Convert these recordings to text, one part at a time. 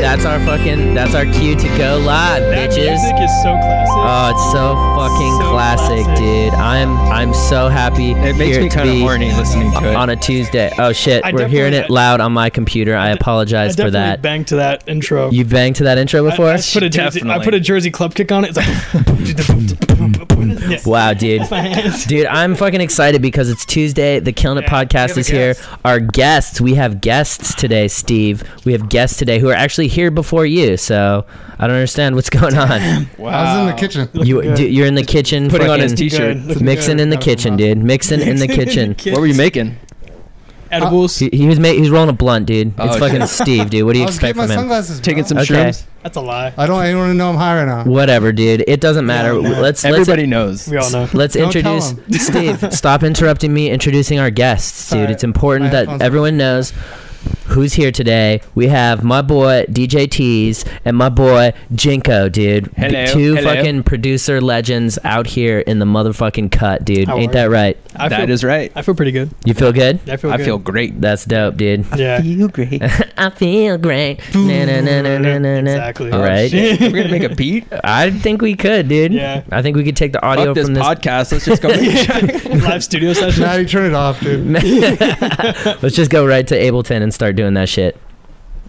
that's our fucking that's our cue to go live, That bitches. music is so classic. Oh, it's so fucking So classic, classic. dude. I'm I'm so happy. It makes here me to kind of be horny listening to it. On a Tuesday. Oh shit, I we're hearing it definitely- loud on my computer. I I apologize for definitely that. banged to that intro. You banged to that intro I- before? I, put a jersey, I Definitely. put a jersey club kick on it. It's like Yeah. wow, dude. My hands. Dude, I'm fucking excited because it's Tuesday. The Killing It Yeah, we podcast have a is here. guest. Our guests, we have guests today, Steve. We have guests today who are actually here before you. So I don't understand what's going on. wow. I was in the kitchen. You, Looking d good. you're in the kitchen, Putting on his fucking t-shirt. Good. mixing in the kitchen, dude. Mixing in the kitchen. What were you making? Edibles. He, he was ma- he's rolling a blunt, dude. It's Oh, fucking shit. Steve, dude. What do you I was expect getting my from him? sunglasses. Taking bro. some Okay. shrooms? That's a lie. I don't. I don't even know I'm high right now. Whatever, dude. It doesn't matter. Yeah, no. Let's let's Everybody knows. We all know. let's Don't tell introduce Steve. Stop interrupting me introducing our guests, dude. Sorry, it's important my that headphones- everyone knows who's here today. We have my boy DJ Tees and my boy Jinko, dude. B- Hello, Two hello. fucking producer legends out here in the motherfucking cut, dude. How Ain't are that you? right? I That feel, is right. I feel pretty good. You feel good? I feel I good. feel great. That's dope, dude. yeah. feel great. I feel great. Na, na, na, na, na, na, na. Exactly. Oh, All right. We're going to make a beat? I think we could, dude. Yeah. I think we could take the audio Fuck this, from this. podcast. Let's just go make Live studio session. Maddie, turn it off, dude. Let's just go right to Ableton and start doing that shit.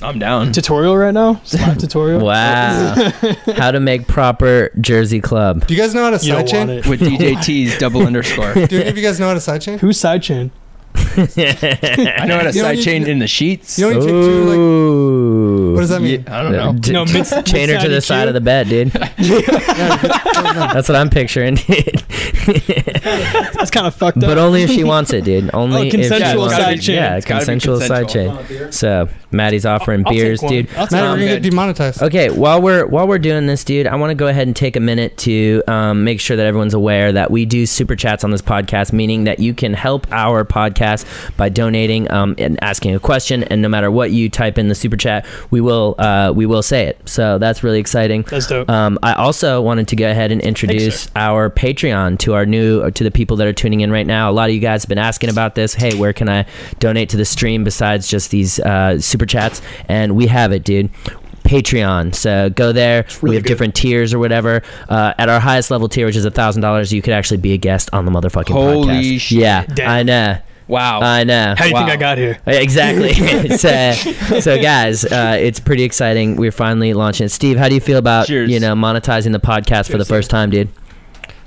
I'm down. tutorial right now. It's live tutorial. Wow. How to make proper Jersey Club. Do you guys know how to You don't want sidechain? it. With DJ T's double underscore. Do any of you guys know how to sidechain? Who's sidechain? I know how to You don't need- sidechain in the sheets. You don't need to do, like- Ooh. What does that mean? Yeah, I don't know. D- No, mid- chain her to the mid-sided side cue? of the bed, dude. That's what I'm picturing, dude. That's kind of fucked but oh, up. only if she wants it, dude. Only if she Oh, consensual wants side it. chain. Yeah, It's gotta be consensual side consensual. chain. So Maddie's offering I'll take beers, one. dude. I'll take Maddie, I'm we're gonna good. get demonetized. Okay, while we're while we're doing this, dude, I want to go ahead and take a minute to um, make sure that everyone's aware that we do super chats on this podcast, meaning that you can help our podcast by donating um, and asking a question. And no matter what you type in the super chat, we will uh, we will say it. So that's really exciting. That's dope. Um, I also wanted to go ahead and introduce our Patreon to our new to the people that are tuning in right now. A lot of you guys have been asking about this. Hey, where can I donate to the stream besides just these uh, super chats? And we have it, dude. Patreon. So go there. we really have good. different tiers or whatever. Uh, at our highest level tier, which is thousand dollars, you could actually be a guest on the motherfucking Holy podcast. shit. Yeah, Damn. I know. Wow. I know. How do you think Wow. I got here? Yeah, Exactly. so, so guys, uh, it's pretty exciting. We're finally launching. it. Steve, how do you feel about Cheers. you know monetizing the podcast for the Cheers, first time, dude?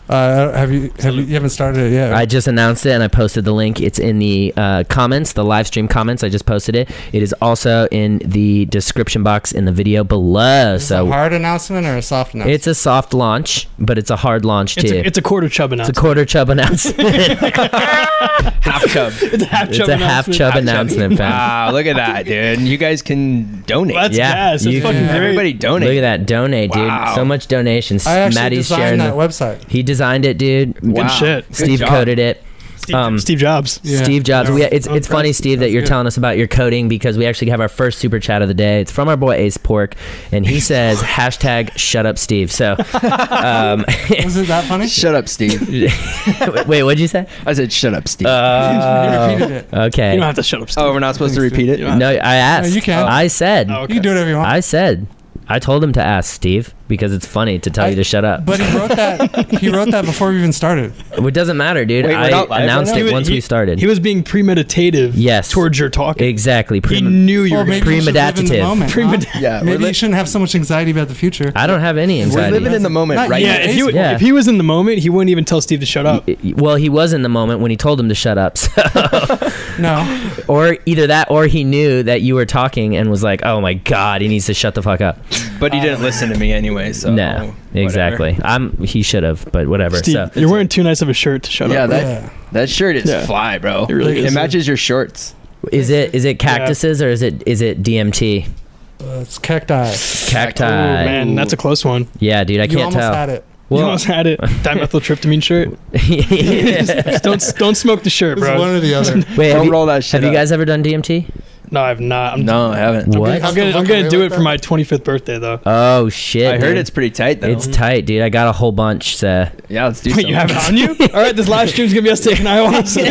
Uh, have you have you, you haven't started it yet? I just announced it and I posted the link. It's in the uh, comments, the live stream comments. I just posted it. It is also in the description box in the video below. Is it a So hard announcement or a soft announcement? it's a soft launch, but it's a hard launch It's too. a, it's a quarter chub It's a announcement. quarter chub announcement. Half chub. It's a half it's a half chub announcement, fam. Wow, look at that, dude. You guys can donate. Well, that's Yeah, gas. That's you- fucking Yeah. great. Everybody donate. Look at that donate, dude. Wow. So much donations. I actually Maddie's sharing. designed that the- website. he designed it, dude. Wow. shit. Good Steve job. coded it. Steve, Um, Steve Jobs. Yeah. Steve Jobs. No, we, it's I'm it's funny, impressed. Steve, that That's you're good. telling us about your coding because we actually have our first super chat of the day. It's from our boy Ace Pork, and he says hashtag Shut Up Steve. So, um, Isn't that funny? Shut up, Steve. wait, what'd you say? I said, shut up, Steve. you repeated it. You don't okay. have to shut up, Steve. oh, we're not supposed to repeat it? No, I asked. No, you can. I said. Oh, okay. You can do whatever you want. I said. I told him to ask Steve because it's funny to tell I- you to shut up. But he wrote that. he wrote that before we even started. it doesn't matter, dude. Wait, we're I not live right announced now? it He- once he- we started. He was being premeditative Yes. towards your talking. exactly. he Pre- knew you Or were maybe going you should live in the premeditative. moment. huh? Premeditative. Yeah. Maybe we're, you li- shouldn't have so much anxiety about the future. I don't have any we're anxiety. living in the moment Not right yet. Yeah, now. if he, w- Yeah. if he was in the moment, he wouldn't even tell Steve to shut up. well, he was in the moment when he told him to shut up. So. No. Or either that, or he knew that you were talking and was like, "Oh my god, he needs to shut the fuck up." But he didn't listen to me anyway, so. no, whatever. exactly. I'm. He should have, but whatever. Steve, so you're wearing too nice of a shirt to shut Yeah, up. that Yeah. that shirt is Yeah. fly, bro. It, really is. matches your shorts. is it is it cactuses or is it is it DMT Uh, it's cacti. cacti? Oh, man, that's a close one. Yeah, dude, I you can't almost tell. had it. you Well, almost had it. Dimethyltryptamine shirt. Just don't don't smoke the shirt, It was one bro. or the other. wait, have Don't you, roll that shit. have you up. guys ever done DMT? No, I've not. I'm, No, I haven't. What? I'm gonna I'm gonna do it for my 25th birthday though. Oh shit! I heard dude. it's pretty tight though. It's tight, dude. I got a whole bunch. So yeah, let's do Wait, you have it on you? All right, this live stream's gonna be us taking ayahuasca.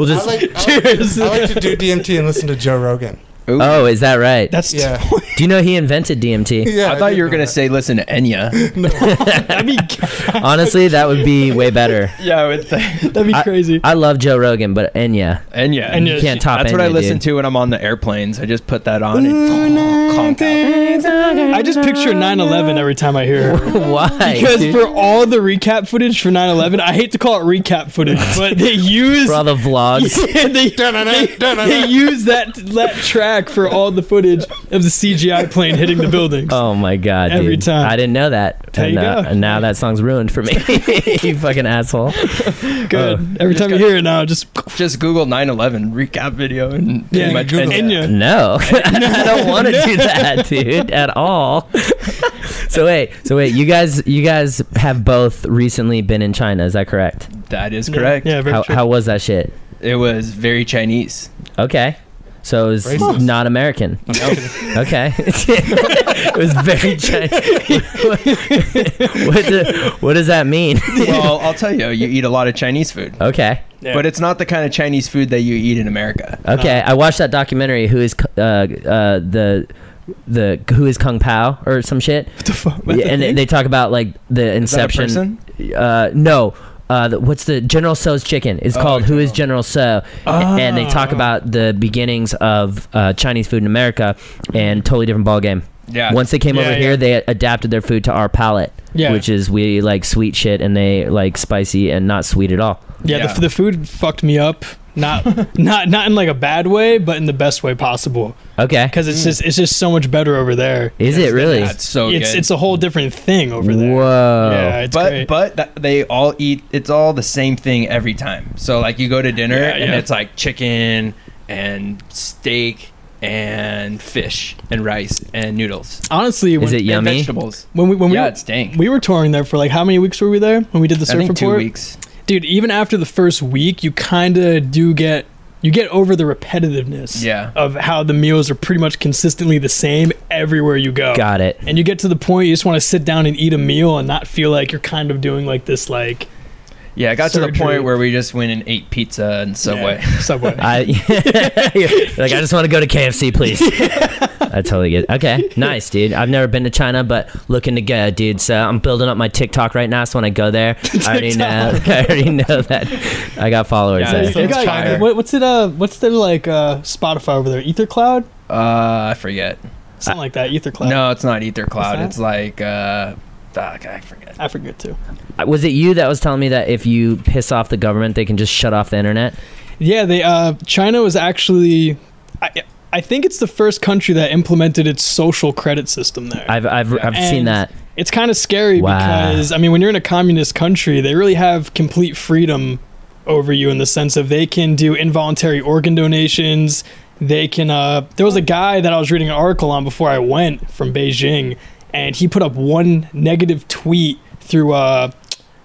we'll I just like, I, like, Cheers. I like to do DMT and listen to Joe Rogan. Ooh. Oh, is that right? That's Yeah. Do you know he invented DMT? yeah. I thought you were gonna say. say listen to Enya. that'd be Honestly, that would be way better. yeah, I would think. that'd be crazy. I love Joe Rogan, but Enya. Enya. Enya. You can't top That's what Enya, I listen dude. to when I'm on the airplanes. I just put that on and conk out. I just picture 9/11 every time I hear her. Why? Because for all the recap footage for 9/11, I hate to call it recap footage, but they use for all the vlogs. Yeah, they, they, they use that that track for all the footage of the CGI plane hitting the buildings. Oh my god! Every dude. time. I didn't know that. There and, you uh, go. and now that song's ruined for me. you fucking asshole. Good. every time you hear it now, just Just Google 9/11 recap video and yeah, my Google and uh, that. you. No, I don't want to do that, dude, at all. so wait, so wait, you guys, you guys have both recently been in China. Is that correct? that is correct. Yeah, very How, true. how was that shit? It was very Chinese. Okay. So it was Racist. not American. Okay. it was very Chinese. what, the- what does that mean? well, I'll tell you, you eat a lot of Chinese food. Okay. Yeah. But it's not the kind of Chinese food that you eat in America. Okay. Uh-huh. I watched that documentary. Who is uh, uh, the the who is Kung Pao or some shit? what the fuck? Yeah, and they, they talk about like the Is that a inception. person? Uh, no. Uh, the, what's the General So's chicken? It's Oh, called Who is General So, Oh. and they talk about the beginnings of uh, Chinese food in America, and totally different ballgame. Yeah. Once they came Yeah, over yeah. here, they adapted their food to our palate, Yeah. which is we like sweet shit and they like spicy and not sweet at all. Yeah, Yeah. The, the food fucked me up. Not not not in like a bad way, but in the best way possible. Okay, Because it's just it's just so much better over there. is it really? That's so it's good. it's a whole different thing over there. Whoa! Yeah, it's but great. but th- they all eat. It's all the same thing every time. So like you go to dinner Yeah, and yeah. it's like chicken and steak and fish and rice and noodles. Honestly, Is when, it And yummy? vegetables. when we when we yeah, were- it's dank. we were touring there for like how many weeks were we there when we did the I surf think two report? weeks. Dude, even after the first week, you kind of do get you get over the repetitiveness Yeah. of how the meals are pretty much consistently the same everywhere you go. Got it. And you get to the point you just want to sit down and eat a meal and not feel like you're kind of doing like this like Yeah, I got to the Surgery. point where we just went and ate pizza and Subway. Yeah, subway. I like. I just want to go to KFC, please. I totally get. It. Okay, nice, dude. I've never been to China, but looking to go, dude. So I'm building up my TikTok right now. So when I go there, I already know. I already know that I got followers Yeah, there. it's- You got- fire. what- what's it? Uh, what's their like uh, Spotify over there? EtherCloud, Uh, I forget. something like that. EtherCloud. No, it's not Ether Cloud. that? It's like uh, fuck, I forget. I forget too. Was it you that was telling me that if you piss off the government, they can just shut off the internet? Yeah, they. Uh, China was actually. I, I think it's the first country that implemented its social credit system there. I've I've, I've seen And- that. it's kind of scary Wow. because I mean, when you're in a communist country, they really have complete freedom over you in the sense of they can do involuntary organ donations. They can. Uh, there was a guy that I was reading an article on before I went from Beijing, and he put up one negative tweet through uh,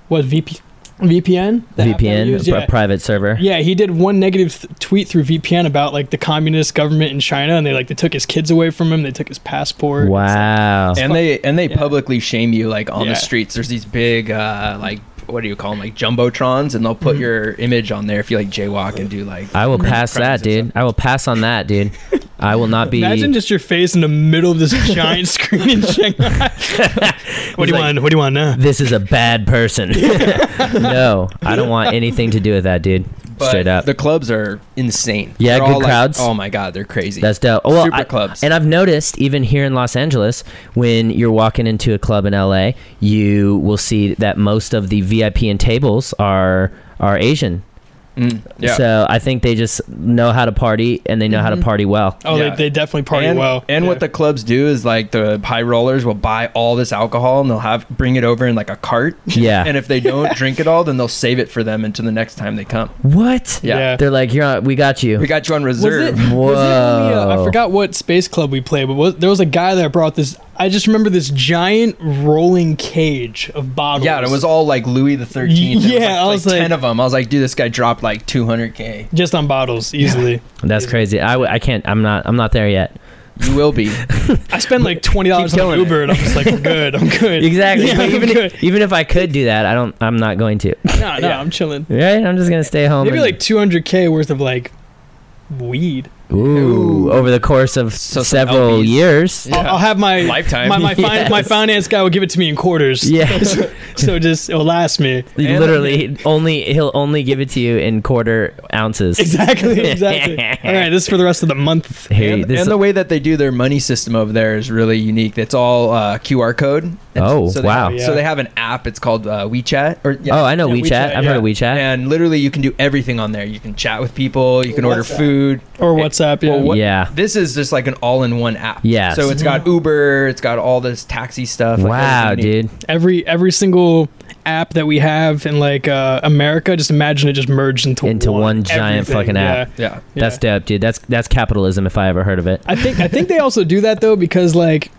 what VP, VPN The app that we VPN, use? a private server. Yeah, he did one negative th- tweet through VPN about like the communist government in China, and they like they took his kids away from him. They took his passport. Wow. And they and they Yeah. publicly shame you like on Yeah. the streets. There's these big uh, like what do you call them like jumbotrons, and they'll put Mm-hmm. your image on there if you like jaywalk and do like. I will pass that, Crimes and dude. I will pass on that, dude. I will not be. Imagine just your face in the middle of this giant screen in Shanghai. what do you He's like- want? What do you want now? this is a bad person. no, I don't want anything to do with that, dude. But Uh, Straight up. the clubs are insane. Yeah, They're good all, like- crowds. oh my god, they're crazy. That's dope. Oh, well, Super I- clubs. And I've noticed even here in Los Angeles, when you're walking into a club in LA, you will see that most of the VIP and tables are are Asian. Mm, yeah. Mm-hmm. So I think they just know how to party and they know how to party well. Oh, Yeah. they, they definitely party and, well. and Yeah. what the clubs do is like the high rollers will buy all this alcohol and they'll have bring it over in like a cart. Yeah. And if they don't drink it all, then they'll save it for them until the next time they come. what? Yeah. Yeah. They're like, you're on, we got you. We got you on was it? reserve. was it only, uh, Whoa. I forgot what space club we played, but was, there was a guy that brought this. I just remember this giant rolling cage of bottles. Yeah, and it was all like Louis the Thirteenth. Yeah, I was like- ten of them. I was like, dude, this guy dropped like two hundred k. just on bottles easily. That's crazy. I, w- I can't. I'm not. I'm not there yet. You will be. I spend like twenty dollars Keep on killing Uber, and I'm just like, I'm good, I'm good. Exactly. Yeah, But I'm even good. if, even if I could do that, I don't. I'm not going to. No, no, I'm chilling. Right? I'm just gonna stay home. Maybe and- like two hundred k worth of like weed. Ooh, over the course of So some several LBs. years. Yeah. I'll, I'll have my Lifetime. My my, fin- Yes. my finance guy will give it to me in quarters. Yeah. so just it'll last me. And- Literally, only he'll only give it to you in quarter ounces. Exactly. Exactly. All right. This is for the rest of the month. Hey, and, this and the way that they do their money system over there is really unique. It's all uh, QR code. Oh, they wow. have- so they have an app. It's called uh, WeChat. Or yeah. oh, I know Yeah, WeChat. WeChat, I've heard of WeChat. And literally, you can do everything on there. You can chat with people. You can order WhatsApp. food. Or WhatsApp. Yeah. Well, what- Yeah. This is just like an all-in-one app. Yes. So it's got Uber. It's got all this taxi stuff. like Wow, everything you need. dude. every every single app that we have in like uh, America, just imagine it just merged into Into one giant Everything, fucking app. yeah, Yeah. yeah. That's dope, dude. That's that's capitalism if I ever heard of it. I think I think they also do that though because like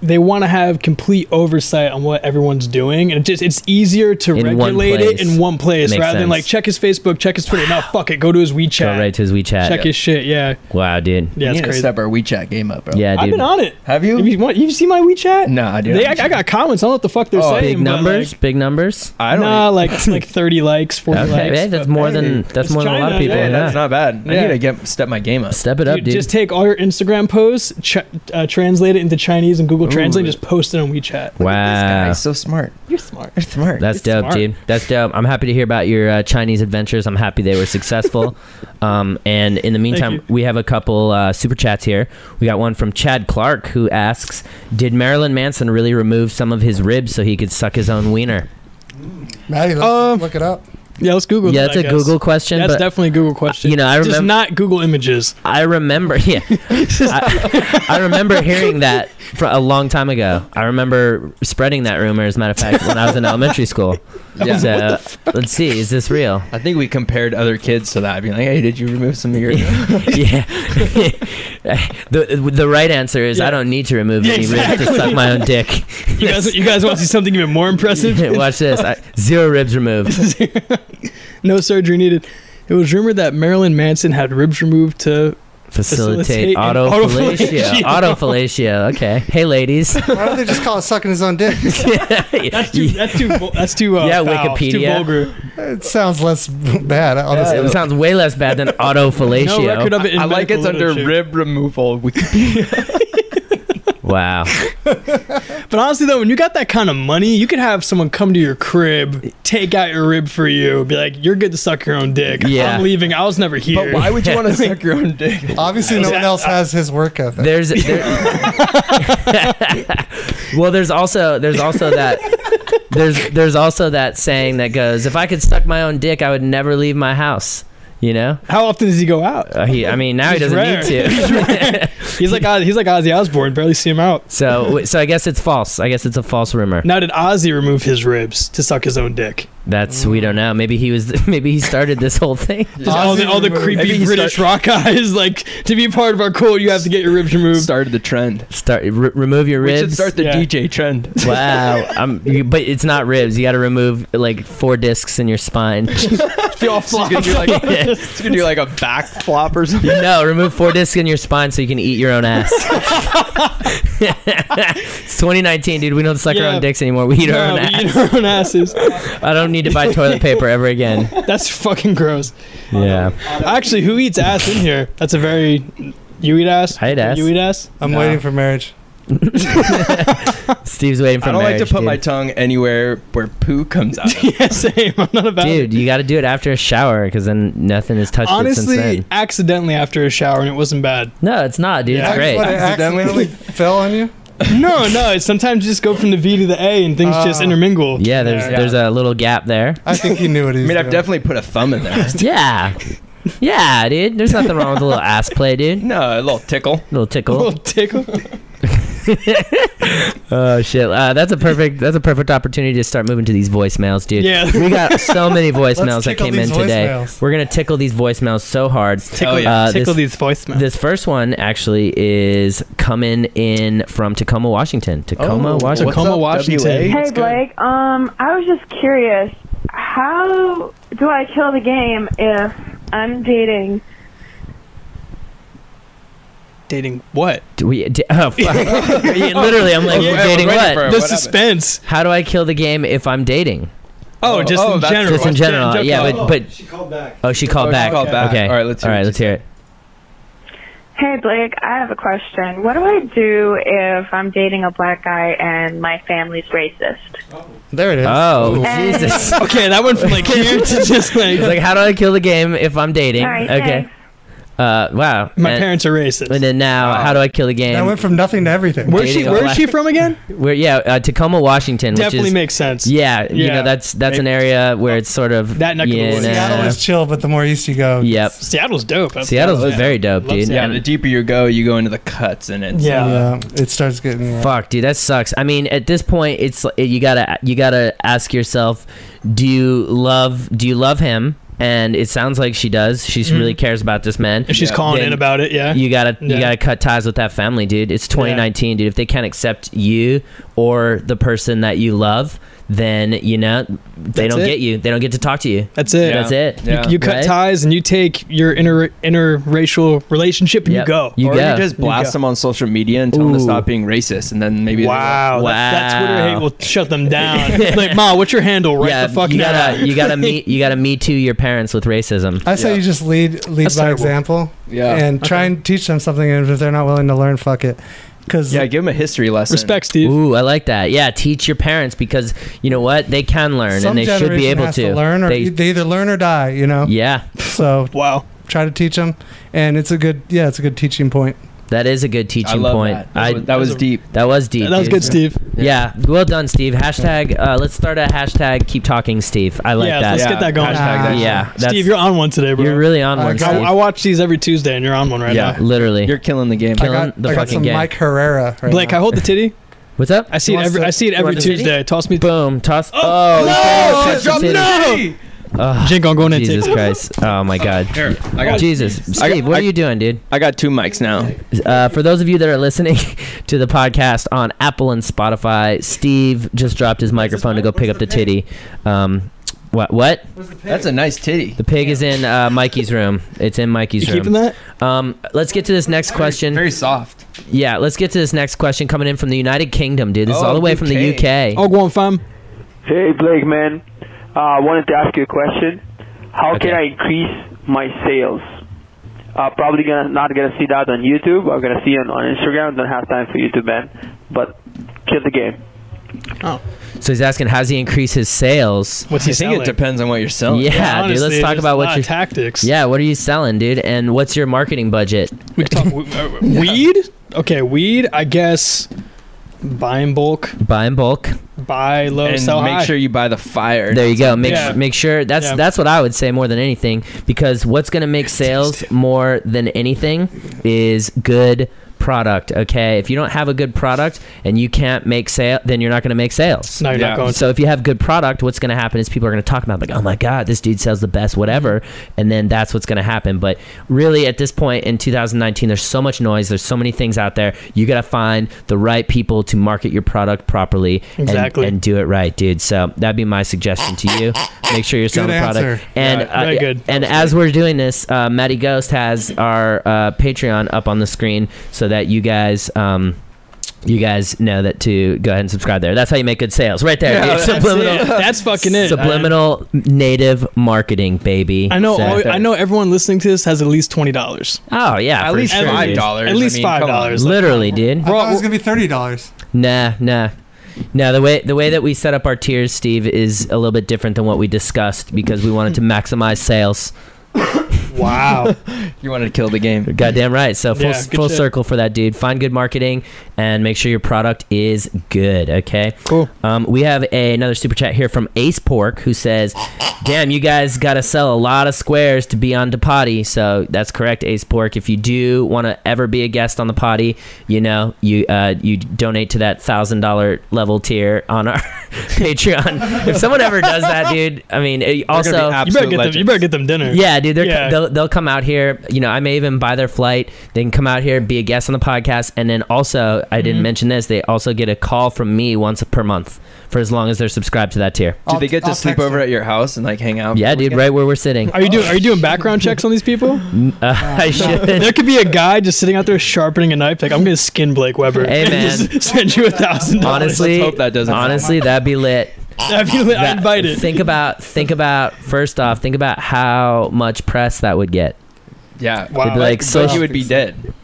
they want to have complete oversight on what everyone's doing, and it just it's easier to In one regulate it place. in one place Makes rather than sense. like check his Facebook, check his Twitter. now fuck it, go to his WeChat, Go right to his WeChat. check his shit. Yeah, Wow, dude. yeah, we it's need to crazy. step our WeChat game up, bro. Yeah, dude. I've been on it. Have you? Have you, what, you seen my WeChat? No, I do. They, I, I got comments. I don't know what the fuck they're Oh, saying. big but, like, numbers, big numbers. I don't. nah, like like thirty likes, forty Okay, likes. hey, that's but more than- that's it's more than a lot of even- people, yeah, yeah. that's not bad. I Yeah. need to get step my game up. Step it up, Dude, dude. just take all your Instagram posts, ch- uh, translate it into Chinese and Google Translate, and just post it on WeChat. Look at This guy wow. He's so smart. You're smart. You're smart. That's It's dope, smart. dude. That's dope. I'm happy to hear about your uh, Chinese adventures. I'm happy they were successful. um, and in the meantime, you. we have a couple uh, super chats here. We got one from Chad Clark who asks, "Did Marilyn Manson really remove some of his ribs so he could suck his own wiener?" Maddie, let's Uh, look it up. Yeah, let's Google. yeah, that, that's I a guess. Google question, That's but definitely a Google question. you know, I just remem- not Google images. I remember. Yeah, I, I remember hearing that fr a long time ago. I remember spreading that rumor, as a matter of fact, when I was in elementary school. Yeah. So let's see, is this real? I think we compared other kids to that. I'd be like, hey, did you remove some of your? yeah. the the right answer is I Yeah. don't need to remove Yeah, any ribs to exactly. suck my own dick. You guys, you guys want to see something even more impressive? Watch this. I, zero ribs removed. no surgery needed. It was rumored that Marilyn Manson had ribs removed to. Facilitate Facilitate, an autofellatio. autofellatio. Autofellatio. Okay. Hey, ladies. Why don't they just call it sucking his own dick? That's too. That's too. vul- That's too. Uh, Yeah, foul. It's Too Wikipedia. vulgar. It sounds less bad, honestly. It sounds way less bad than uh, No record autofellatio. of it. In I like it's medical under literature. rib removal. We- Wow. But honestly, though, when you got that kind of money, you could have someone come to your crib, take out your rib for you, be like, "You're good to suck your own dick. Yeah. I'm leaving. I was never here." but why would you want to suck your own dick? Obviously, no one else has his work ethic. There's there, well, there's also there's also that there's there's also that saying that goes, if I could suck my own dick, I would never leave my house. You know, How often does he go out? uh, he, I mean, now he He's doesn't rare. He's need to. He's like Oz- he's like Ozzy Osbourne. Barely see him out. So, w- so I guess it's false. I guess it's a false rumor. Now, did Ozzy remove his ribs to suck his own dick? That's we don't know. Maybe he was. Maybe he started this whole thing. Just all the, all the removed- creepy Maybe he British rock guys like to be part of our cult, you have to get your ribs removed. Started the trend. Start r- remove your We should ribs. start the Yeah. DJ trend. wow, I'm, you, but it's not ribs. You got to remove like four discs in your spine. Feel all flop. You could do like, you could do like a back flop or something. No, remove four discs in your spine so you can eat your own ass. it's 2019, dude. We don't suck our Yeah. own dicks anymore. We eat our No, own but ass. eat our own asses. I don't need to buy toilet paper ever again. That's fucking gross. Yeah. Actually, who eats ass in here? That's a very. You eat ass. I eat ass. You eat ass. I'm No. waiting for marriage. Steve's waiting for I don't marriage, like to put dude. my tongue anywhere where poo comes out. of. yeah, same. I'm not about. it. Dude, you got to do it after a shower because then nothing has touched it since Honestly, then. accidentally after a shower and it wasn't bad. No, it's not, dude. Yeah. It's What, great. it accidentally Accidentally? fell on you? No, no. It's sometimes you just go from the V to the A and things just Ah. intermingle. Yeah, there's Oh. Yeah. there's a little gap there. I think he knew what he I was mean, I've doing. definitely put a thumb in there. Yeah. Yeah, dude. There's nothing wrong with a little ass play, dude. No, a little tickle. little A tickle. little tickle. Oh shit! Uh, that's a perfect. That's a perfect opportunity to start moving to these voicemails, dude. Yeah. we got so many voicemails Let's that tickle came in these today. voicemails. We're gonna tickle these voicemails so hard. Oh, Tickle, yeah. Uh, tickle this- these voicemails. This first one actually is coming in from Tacoma, Washington. Tacoma, Oh, Washington. Tacoma, what's up, Washington. WA? Hey Blake, um, I was just curious, how do I kill the game if I'm dating? dating what? Do we, d oh, fuck. Literally, I'm like, Yeah, we're I was dating waiting for what? it. The what happened? suspense. How do I kill the game if I'm dating? Oh, Oh, just oh, in that's- general. Just in general, yeah. But, but She called back. oh, she called Oh, she back. called back. Okay. All right, let's hear All what right, she let's hear it. Hey, Blake, I have a question. What do I do if I'm dating a black guy and my family's racist? There it is. Oh, Ooh. And- Jesus. Okay, that went from like here to just like, It's like, how do I kill the game if I'm dating? All right, okay. thanks. Uh, wow. my and, parents are racist. And then now, how do I kill the game? I went from nothing to everything. Where's she? dating a Where's black- she from again? Where, yeah, uh, Tacoma, Washington, which Definitely is makes sense. yeah, you Yeah. know that's that's an area where it's sort of That neck of the yeah, woods. nah. Seattle is chill, but the more east you go, Yep. Seattle's dope. That's- Seattle's that's- very dope, Love dude. Yeah, And- the deeper you go, you go into the cuts, and it's Yeah. yeah, uh, it starts getting. yeah. Fuck, dude, that sucks. I mean, at this point, it's li- you gotta you gotta ask yourself, do you love do you love him? And it sounds like she does. She really cares about this man. And Mm-hmm. she's Yeah. calling in Then- about it. Yeah. You gotta you Yeah. gotta cut ties with that family, dude. It's 2019, dude. If they can't accept you or the person that you love, then you know they That's don't it. get you. They don't get to talk to you. That's it. Yeah. That's it. Yeah. You cut Uh, Right? ties and you take your inter interracial relationship and you Yep. go. You or go. you just You blast go. them on social media and tell them Ooh. to stop being racist, and then maybe they'll- Wow, That, that Twitter hate Wow. will shut them down. like, ma, what's your handle? Right yeah, the fuck you now. gotta you gotta meet you gotta me too your parents with racism. I say Yeah. you just lead lead That's by terrible. example Yeah. and try and teach them something. And if they're not willing to learn, fuck it. Because yeah, give them a history lesson. Respect, Steve. Ooh, I like that. Yeah, teach your parents because you know what they can learn some and they should be generation able has to. learn, or e, They- they, either learn or die. You know. yeah, So Wow. try to teach them, and it's a good yeah, it's a good teaching point. that is a good I teaching love point. that. That, I was, that was deep. that was deep. That was dude. good, Steve. Yeah, well done, Steve. Hashtag. Uh, let's start a hashtag. Keep talking, Steve. I like yeah, that. let's get that going. Hashtag that Ah, shit. yeah, that's, Steve, you're on one today, bro. you're really on I one. got- Steve. I, I watch these every Tuesday, and you're on one right yeah, now. literally. You're killing the game. Killing I got the I got fucking some game. Mike Herrera. Right Blake, I now. hold the titty. What's up? I see it Wants every. to- I see it every Wants to- Tuesday. Toss me. Boom. Toss. Oh, no! touch the Drop- titty. no! Ugh, Jink, I'm going in. Jesus titty. Christ. Oh my God. Here, I got Jesus, I got- Steve, what I- are you doing, dude? I got two mics now. Uh, for those of you that are listening to the podcast on Apple and Spotify, Steve just dropped his microphone to go pick up the titty. Um, what? What? That's a nice titty. The pig is in uh, Mikey's room. It's in You Mikey's keeping room. that? Um, let's get to this next question. Very soft. Yeah, let's get to this next question coming in from the United Kingdom, dude. This is Oh, all the way from the UK. UK. Oh, go on, fam. Hey Blake, man. I uh, wanted to ask you a question. How Okay. can I increase my sales? Uh, probably gonna not gonna see that on YouTube. I'm gonna see it on, on Instagram. Don't have time for YouTube, man. But kill the game. So he's asking, how's he increase his sales? What's I he think selling? it depends on what you're selling. Yeah, dude. honestly, Let's talk there's about a lot what of you're. tactics. yeah, what are you selling, dude? And what's your marketing budget? We could talk we- uh, weed. Okay, weed. I guess buy in bulk, Buy in bulk. buy low, and sell make Oh, high. sure you buy the fire. There you go. Make Yeah. make sure that's Yeah. that's what I would say more than anything because what's going to make sales more than anything is good product. Okay, if you don't have a good product and you can't make sale, then you're not going to make sales. no, you're Yeah. not going. So if you have good product, what's going to happen is people are going to talk about it, like, oh my god, this dude sells the best, whatever, and then that's what's going to happen. But really, at this point in 2019, there's so much noise, there's so many things out there. You got to find the right people to market your product properly and- Exactly. and, do it right, dude. So that'd be my suggestion to you. Make sure you're selling answer. product. And Yeah, very uh, good. And as we're doing this, uh, Maddie Ghost has our uh, Patreon up on the screen so that you guys. Um, you guys know that to go ahead and subscribe there. That's how you make good sales, right there. dude. that's, subliminal, it. That's fucking it. subliminal native marketing, baby. I know. So- all, I know. Everyone listening to this has at least twenty dollars. Oh yeah, At for least sure, dude. five dollars. At least five dollars. Literally, dude. I thought it was gonna be thirty dollars. Nah, nah. No, the way the way that we set up our tiers, Steve, is a little bit different than what we discussed because we wanted to maximize sales. Wow. You wanted to kill the game. Goddamn right. So full Yeah, good full shit. circle for that dude. Find good marketing and make sure your product is good. Okay. cool. Um, we have a, another super chat here from Ace Pork who says, "Damn, you guys got to sell a lot of squares to be on the potty." So that's correct, Ace Pork. If you do want to ever be a guest on the potty, you know you uh, you donate to that thousand dollar level tier on our Patreon. if someone ever does that, dude, I mean, it, gonna be also ab- You better get Absolute them. You better get them dinner. yeah, dude, they're, Yeah. They'll, they'll come out here. You know, I may even buy their flight. They can come out here, be a guest on the podcast, and then also, I Mm-hmm. didn't mention this. They also get a call from me once per month for as long as they're subscribed to that tier. Do they get to sleep over at your house and like hang out? Yeah, for the dude, weekend? right where we're sitting. Are you doing? Are you doing background checks on these people? Uh, I should. There could be a guy just sitting out there sharpening a knife, like I'm gonna skin Blake Weber. Hey, and man. just send you a thousand dollars. Honestly, Let's hope that doesn't happen. honestly, that'd be lit. I feel it. I That- invite it. Think about, think about. First off, think about how much press that would get. Yeah. Wow. They'd be like, So so he would be dead.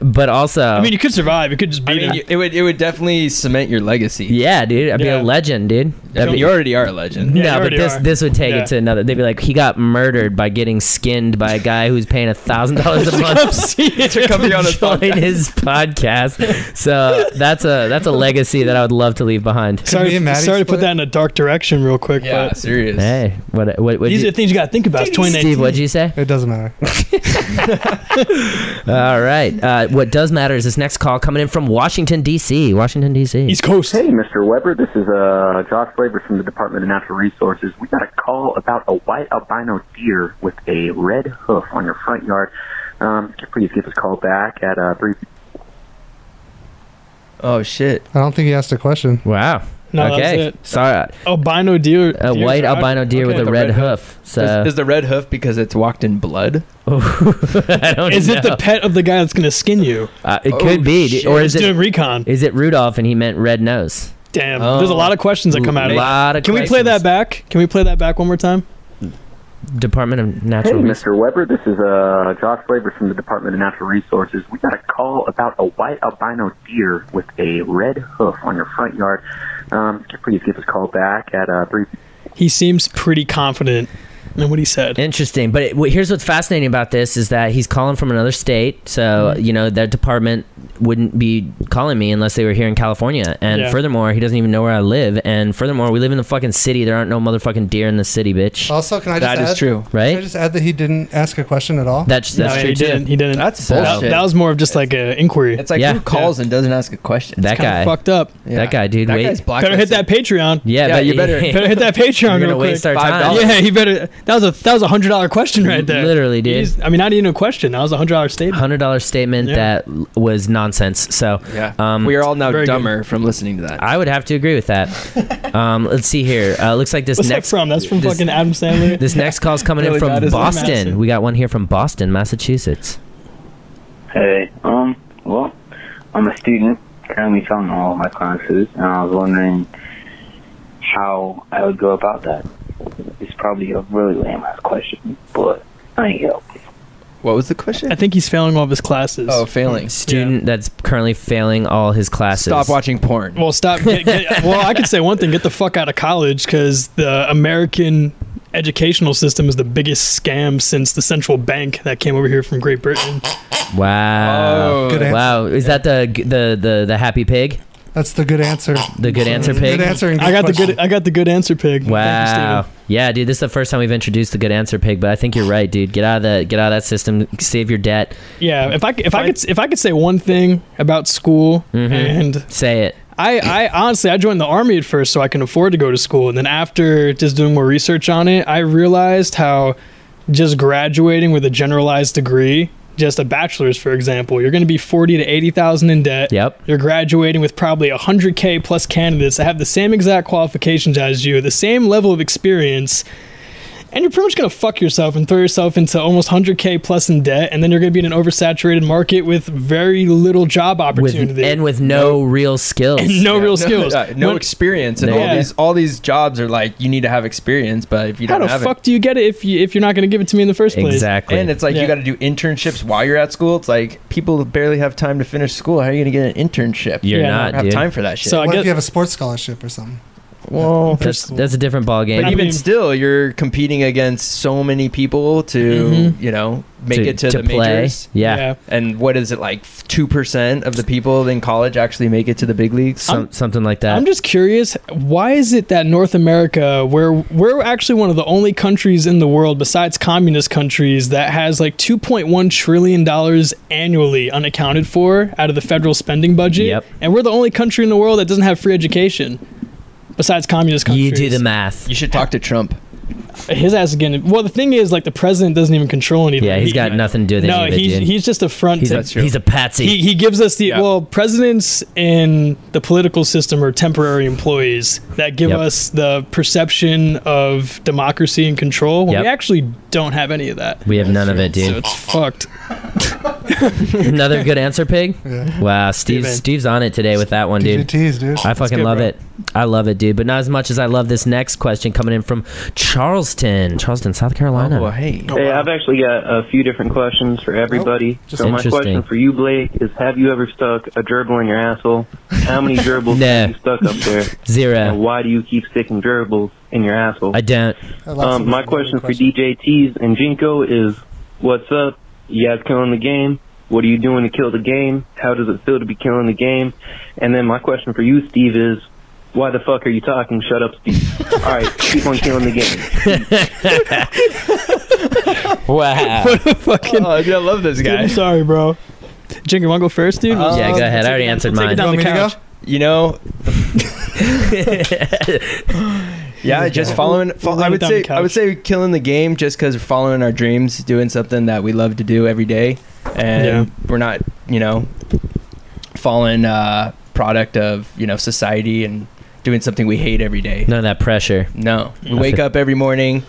but also, I mean, you could survive. You could just I beat mean, him. it would it would definitely cement your legacy. yeah, dude, I'd be Yeah. a legend, dude. I That'd mean, be- you already are a Yeah, legend. you no, but already this are. this would take Yeah. it to another. They'd be like, he got murdered by getting skinned by a guy who's paying a thousand dollars a month. to come here on this join podcast. his podcast. So that's a that's a legacy that I would love to leave behind. Could be Sorry, a Maddie sorry to put split. that in a dark direction real quick, Yeah, but serious. Hey, what what what these are you, the things you got to think about. It's Steve? 2019. What'd you say? It doesn't matter. All right. Uh, what does matter is this next call coming in from Washington D.C. Washington D.C. East Coast. Hey, Mr. Weber, this is uh, Josh Weber from the Department of Natural Resources. We got a call about a white albino deer with a red hoof on your front yard. Um, could you please give us a call back at uh, three. Oh shit. I don't think he asked a question. wow. No, that was okay. it. Sorry. uh, Albino deer. A deers white are out- albino deer okay. with a the red, red hoof. So is, is the red hoof because it's walked in blood? I don't Is know. it the pet of the guy that's going to skin you? Uh, it Oh, could be, shit. or is He's doing it recon. is it Rudolph and he meant red nose? Damn. Oh. There's a lot of questions that come out of it. Lot of Can we play that questions. back? Can we play that back one more time? Department of Hey, Natural Resources. Mr. Weber, this is uh, Josh Weber from the Department of Natural Resources. We got a call about a white albino deer with a red hoof on your front yard. Um, could you please give us a call back at uh, three. He seems pretty confident in what he said. Interesting, but it, wh- here's what's fascinating about this is that he's calling from another state, so you know that department wouldn't be calling me unless they were here in California. And Yeah. furthermore, he doesn't even know where I live. And furthermore, we live in the fucking city. There aren't no motherfucking deer in the city, bitch. Also, can I just That add, is true. Can I right? just add that he didn't ask a question at all? That's that's no, true he too. didn't. He didn't. That's That- that, bullshit. that was more of just like an inquiry. it's like Yeah. who calls and doesn't ask a question. That Kinda guy. fucked up. Yeah. That guy, dude. That wait. guy's Better blacklisted. hit that Patreon. yeah, Yeah, but you you better- Better hit that Patreon You're real gonna quick. waste our Five time. dollars. yeah, he better. That was a that was a hundred dollar question right there. Literally, dude. He's- I mean, not even a question. That was a hundred dollar statement. Hundred dollar statement Yeah. that l- was nonsense. So Yeah. um, we are all now Very good. dumber from listening to that. I would have to agree with that. um, let's see here. Uh, looks like this What's next that from? That's from this- fucking Adam Sandler. This next call's coming Really in bad, from isn't it? Boston. Massive. We got one here from Boston, Massachusetts. Hey, um, well, I'm a student currently failing all of my classes, and I was wondering how I would go about that. It's probably a really lame ass question, but I need help. What was the question? I think he's failing all of his classes. Oh, failing. Student that's currently failing all his classes. Stop watching porn. Well, stop. Get, get, well, I could say one thing: get the fuck out of college because the American educational system is the biggest scam since the central bank that came over here from Great Britain. Wow. uh, Oh. Good answer. Wow. Is that the the the the happy pig? That's the good answer. The good answer pig. Good answer. And good I got the question. good. I got the good answer, pig. Thank you, Wow. Steven. Yeah, dude, this is the first time we've introduced the good answer pig, but I think you're right, dude. Get out of the get out of that system. Save your debt. yeah. If I c- if I could if I could say one thing about school, Mm-hmm. and Say it. I I honestly I joined the army at first so I can afford to go to school, and then after just doing more research on it, I realized how just graduating with a generalized degree. Just a bachelor's, for example, you're going to be forty to eighty thousand in debt. Yep. You're graduating with probably 100K plus candidates that have the same exact qualifications as you, the same level of experience, and you're pretty much going to fuck yourself and throw yourself into almost 100K plus in debt, and then you're going to be in an oversaturated market with very little job With opportunity. and with no, real skills. and no real Yeah, skills. yeah, no When- experience, and Yeah. all these all these jobs are like you need to have experience, but if you How don't the have fuck do you get it if, you, if you're not going to give it to me in the first place? exactly. it, and it's like Yeah. you got to do internships while you're at school. It's like people barely have time to finish school. How are you going to get an internship? You're Yeah, I not, don't have dude. time for that shit. So I What guess if you have a sports scholarship or something? well, that's, that's a different ball game. but even mean- still, you're competing against so many people to you know make it to, the majors. Yeah. Yeah. And what is it like? Two percent of the people in college actually make it to the big leagues. Some, something like that. I'm just curious, why is it that North America, where we're actually one of the only countries in the world besides communist countries that has like 2.1 trillion dollars annually unaccounted for out of the federal spending budget, Yep. and we're the only country in the world that doesn't have free education besides communist countries. you do the math. you should talk to Trump. His ass is getting. Well, the thing is, like the president doesn't even control anything. Yeah, he's he's got nothing to do with No, any of it, he's dude. he's just a front. He's to- a, he's a patsy. he, he gives us the Yeah. well presidents in the political system are temporary employees that give Yep. us the perception of democracy and control when Yep. we actually don't have any of that we have none of it, so dude. it's Uh-huh. fucked Another good answer, pig. Wow, Steve, Steven. Steve's on it today with that one, dude. DJTs, dude. I fucking good, love bro. it. I love it, dude. But not as much as I love this next question coming in from Charleston, Charleston, South Carolina. Oh, hey. Oh, Hey, wow. I've actually got a few different questions for everybody. just so my interesting. question for you, Blake, is: Have you ever stuck a gerbil in your asshole? How many gerbils No. have you stuck up there? And Zero. why do you keep sticking gerbils in your asshole? I don't. um, my question for DJ T's and Jinko is: What's up? You guys killing the game? What are you doing to kill the game? How does it feel to be killing the game? And then my question for you, Steve, is: Why the fuck are you talking? Shut up, Steve. All right, keep on killing the game. Wow. Oh, dude, I love this guy. I'm sorry, bro. Jingle, want to go first, dude? Uh, yeah, go ahead. I already answered Take it mine. down want the me to couch. go? You know, yeah, just following. Fo- I Right would down the say I would couch. say killing the game just because we're following our dreams, doing something that we love to do every day, and Yeah. we're not, you know, falling uh, product of you know society and doing something we hate every day. None of that pressure. No, we I wake feel- up every morning,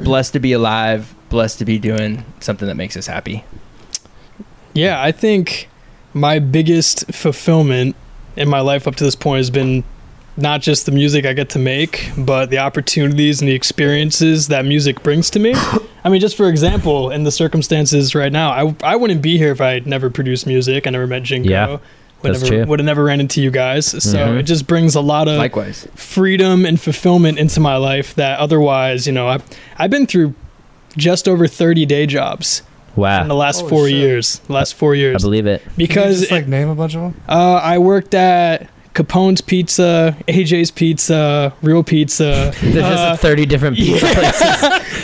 blessed to be alive, blessed to be doing something that makes us happy. Yeah, I think my biggest fulfillment in my life up to this point has been not just the music I get to make, but the opportunities and the experiences that music brings to me. I mean, just for example, in the circumstances right now, I, I wouldn't be here if I had never produced music. I never met Jinko. Yeah, would that's never, true. would have never ran into you guys. So Mhm. it just brings a lot of Likewise, freedom and fulfillment into my life that otherwise, you know, I, I've been through just over 30 day jobs in the Wow. last Holy four shit. years. Last four I years. believe it. Because because just, like name a bunch of them. uh, I worked at Capone's Pizza, AJ's Pizza, Real Pizza. There's Uh, just 30 different people.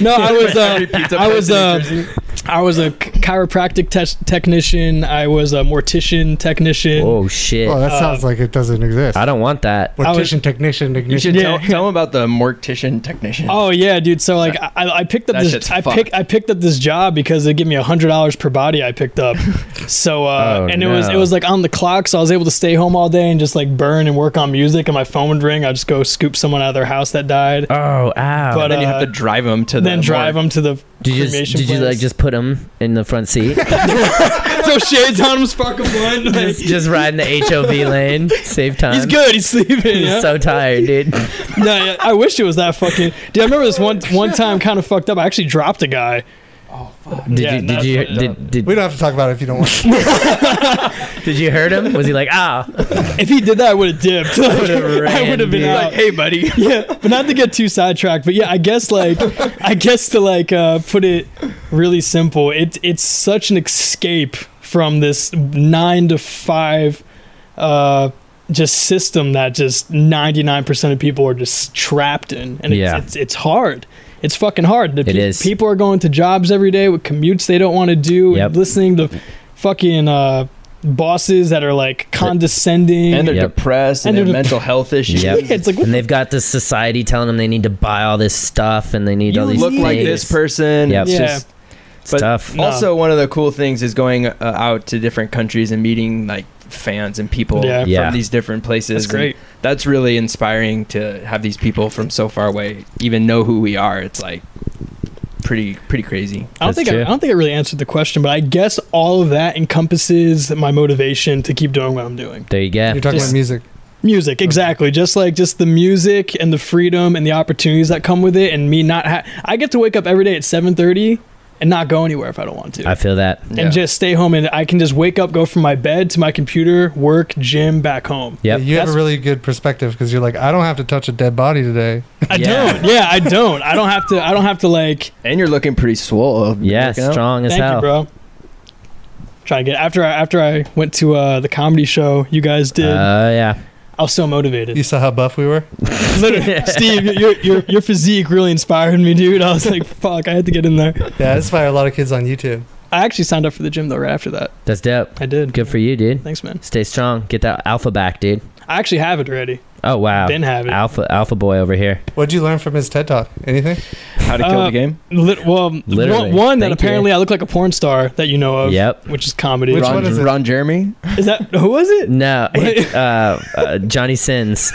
no, I was Every pizza uh, I place was in New uh, I was a chiropractic te- technician. I was a mortician technician. Oh, shit. Oh, that sounds like it doesn't exist. I don't want that. I was- Mortician, technician, you ignition. should tell, Yeah. tell 'em about the mortician technician. Oh yeah, dude. So like, I, I picked up That this. shit's I fucked. pick, I picked up this job because it gave me a hundred dollars per body I picked up. So uh, Oh, and it was no. it was like on the clock, so I was able to stay home all day and just like burn and work on music. And my phone would ring. I'd just go scoop someone out of their house that died, Oh, ow. But, and then you uh, have to drive him to the then drive them to the did you, just, cremation did you place. like just put them in the front seat? throw shades on him, spark a blunt? Like, just, just ride in the HOV lane. Save time. he's good. He's sleeping. He's yeah? so tired, dude. no, yeah, I wish it was that fucking. Dude, I remember this one one time kind of fucked up. I actually dropped a guy. Did Yeah, you did that's you fucked did, did, We don't have to talk about it if you don't want. to. did you hurt him? Was he like ah? If he did that, I would have dipped. Like, I ran, would have been dude. out. Like, Hey, buddy. yeah, but not to get too sidetracked. But yeah, I guess like I guess to like uh, put it really simple, it it's such an escape from this nine to five uh, just system that just ninety nine percent of people are just trapped in, and it's Yeah. it's, it's hard. It's fucking hard. The It is. People are going to jobs every day with commutes they don't want to do, Yep. and listening to fucking uh, bosses that are like condescending. And they're Yep. depressed And and, they have they're dep- mental health issues. Yep. it's like what and they've got this society telling them they need to buy all this stuff and they need You all these look things. like this person. Yep. It's Yeah. just- It's but tough. Also, one of the cool things is going uh, out to different countries and meeting like fans and people Yeah. from Yeah. these different places. That's And great. That's really inspiring to have these people from so far away even know who we are. It's like pretty pretty crazy. I don't That's think I, true. I don't think I really answered the question, but I guess all of that encompasses my motivation to keep doing what I'm doing. there you go. You're talking Just- about music. Music, exactly. Just like just the music and the freedom and the opportunities that come with it, and me not. Ha- I get to wake up every day at 7:30 and not go anywhere if I don't want to, I feel that. Yeah. and just stay home. And I can just wake up, go from my bed to my computer, work, gym, back home. Yep. You have a That's- really good perspective because you're like, I don't have to touch a dead body today. I Yeah. don't. Yeah, I don't. I don't have to. I don't have to like. And you're looking pretty swole. Yeah, Looking out. strong as Thank hell. you, bro. Trying to get after I after I went to uh, the comedy show you guys did. Uh, yeah. I was so motivated. You saw how buff we were. Literally, Steve, your, your your physique really inspired me, dude. I was like, fuck, I had to get in there. Yeah, that's why a lot of kids on YouTube. I actually signed up for the gym though. Right after that, That's dope. I did. Good for you, dude. Thanks, man. Stay strong. Get that alpha back, dude. I actually have it already. Oh wow. Been having it. Alpha alpha boy over here. What'd you learn from his TED talk? Anything? How to kill Uh, the game? Lit- well, Literally. one, one that Thank apparently you. I look like a porn star that you know of. Yep. Which is comedy. Which Ron, one is it? Ron Jeremy? Is that who was it? No, What? it's, uh, uh, Johnny Sins.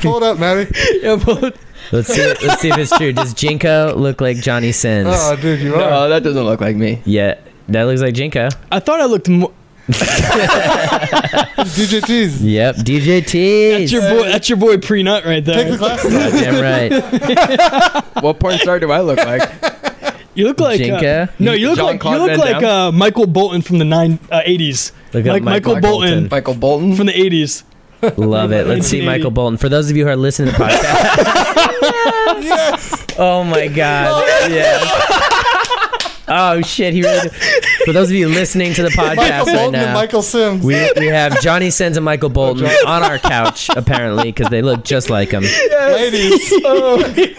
Pull it up, Maddie. Yeah, but- Let's see. Let's see if it's true. Does Jinko look like Johnny Sins? Oh, dude, you are. No, that doesn't look like me. Yeah, that looks like Jinko. I thought I looked. Mo- DJTs. Yep, DJ T. That's your boy. That's your boy Prenut right there. Take the glasses off. Damn right. what porn star do I look like? You look like uh, Jinka? no. You look like you Jean-Claude look Van like uh, Michael Bolton from the nine uh, eighties. Look at like Michael, Michael Bolton, Michael Bolton. from the eighties. Love it. Let's see 1980. Michael Bolton. For those of you who are listening to the podcast. Oh my god. yes. Oh shit, he really For those of you listening to the podcast right Michael Bolton now. and Michael Sims. we, we have Johnny Sins and Michael Bolton on our couch, apparently, because they look just like him. ladies,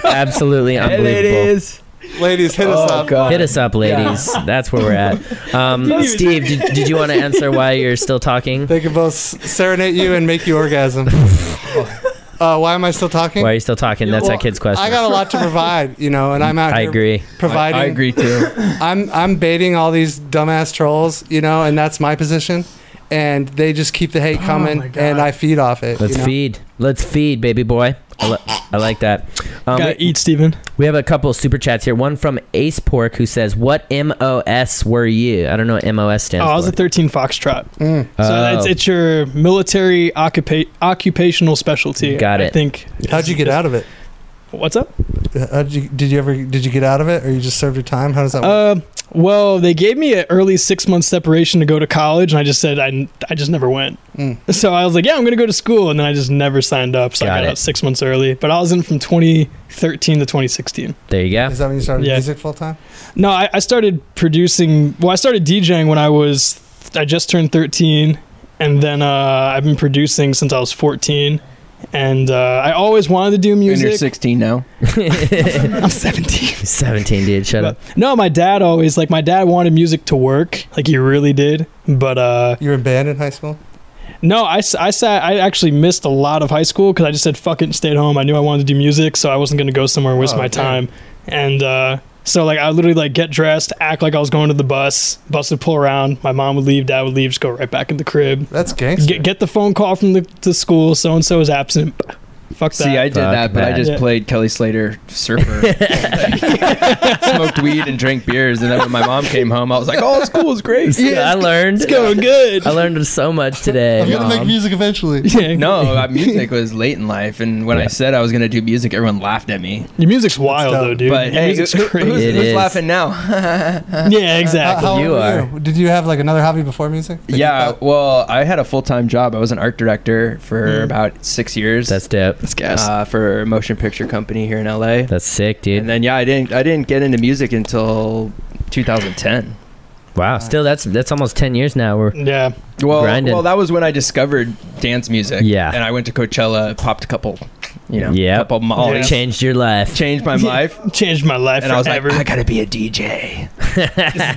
Absolutely Hey, unbelievable. ladies. ladies, hit us Oh up. god. Hit us up, ladies. That's where we're at. Um, Steve, did, did you want to answer why you're still talking? They can both serenade you and make you orgasm. Uh, why am I still talking? Why are you still talking? That's Well, that kid's question. I got a lot to provide, you know, and I'm out I here agree. providing. I, I agree too. I'm I'm baiting all these dumbass trolls, you know, and that's my position. And they just keep the hate coming, my God. and I feed off it. Let's you know? feed. Let's feed, baby boy. I, li- I like that. Um, Gotta we, eat, Steven. we have a couple of super chats here. One from Ace Pork who says, "What MOS were you?" I don't know what MOS stands Oh, I was for. a thirteen Foxtrot. Mm. So it's, Oh. it's your military occupa- occupational specialty. Got I it. think. How'd you get out of it? What's up? How'd you, did you ever did you get out of it, or you just served your time? How does that work? Uh, well, they gave me an early six month separation to go to college, and I just said I, I just never went. Mm. So I was like, yeah, I'm gonna go to school, and then I just never signed up. So Got I got it. out six months early. But I was in from 2013 to 2016. there you go. Is that when you started yeah. music full time? No, I, I started producing. Well, I started DJing when I was I just turned 13, and then uh, I've been producing since I was 14. And uh, I always wanted to do And you're music. 16 now. I'm 17. 17, dude. Shut up. But- no, my dad always like my dad wanted music to work, like he really did. But uh, You were in band in high school. no, I, s- I sat I actually missed a lot of high school because I just said fuck it and stayed home. I knew I wanted to do music, so I wasn't gonna go somewhere and waste Oh, my damn. time. And uh, so like I literally like get dressed, act like I was going to the bus. Bus would pull around. My mom would leave, dad would leave, just go right back in the crib. That's gangster. Get get the phone call from the, the school. So and so is absent. Fuck that. See, I did Fuck that, but I that. just Yeah. played Kelly Slater Surfer. Smoked weed and drank beers, and then when my mom came home, I was like, "Oh, school is great." I learned. it's going good. I learned so much today. Um, I'm gonna make Mom. music eventually. Yeah. No, uh, music was late in life, and when I Yeah. said I was going to do music, everyone laughed at me. your music's wild dope. though, dude. But your hey, who- music's who- crazy. who's, It who's is. laughing now? yeah, How, exactly. how You old were are. you? Did you have like another hobby before music? Did you yeah, thought- well, I had a full time job. I was an art director for about six years That's dope. That's gas. uh, for a motion picture company here in LA, That's sick, and dude. then yeah, I didn't I didn't get into music until 2010. Wow. Still, that's that's almost 10 years now. We're yeah. Well, Grinding. well, that was when I discovered dance music. Yeah. and I went to Coachella, popped a couple, you know, Yep. couple mollies, changed your life. changed my life, Changed my life and I was like, forever. I gotta be a DJ.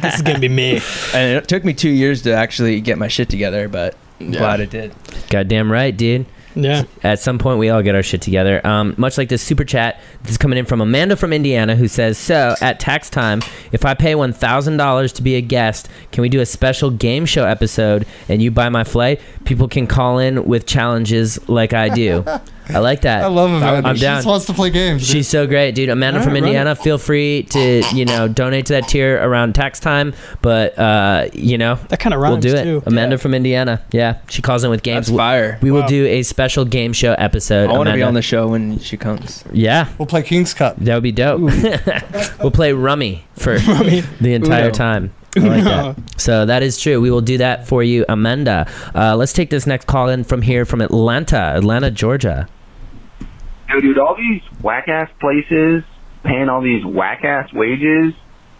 this is gonna be me. And it took me two years to actually get my shit together, but I'm glad it did. Goddamn right, dude. Yeah. At some point, we all get our shit together. Um, much like this super chat, this is coming in from Amanda from Indiana, who says, "So at tax time, if I pay one thousand dollars to be a guest, can we do a special game show episode and you buy my flight? People can call in with challenges like I do. I like that. I love Amanda. I'm she down. just wants to play games. dude. She's so great, dude. Amanda from Indiana. Feel free to you know donate to that tier around tax time, but uh, you know That kind of we'll rhymes do it. too. Amanda from Indiana. Yeah, she calls in with games. That's fire. We Wow. will do a special game show I episode. want to be Amanda. on the show when she comes. Yeah, we'll play King's Cup. that would be dope. we'll play Rummy for the entire Uno. time. I like Uno. that. So that is true. We will do that for you, Amanda. Uh, let's take this next call in from here from Atlanta, Atlanta, Georgia. Yo, dude, all these whack ass places paying all these whack ass wages.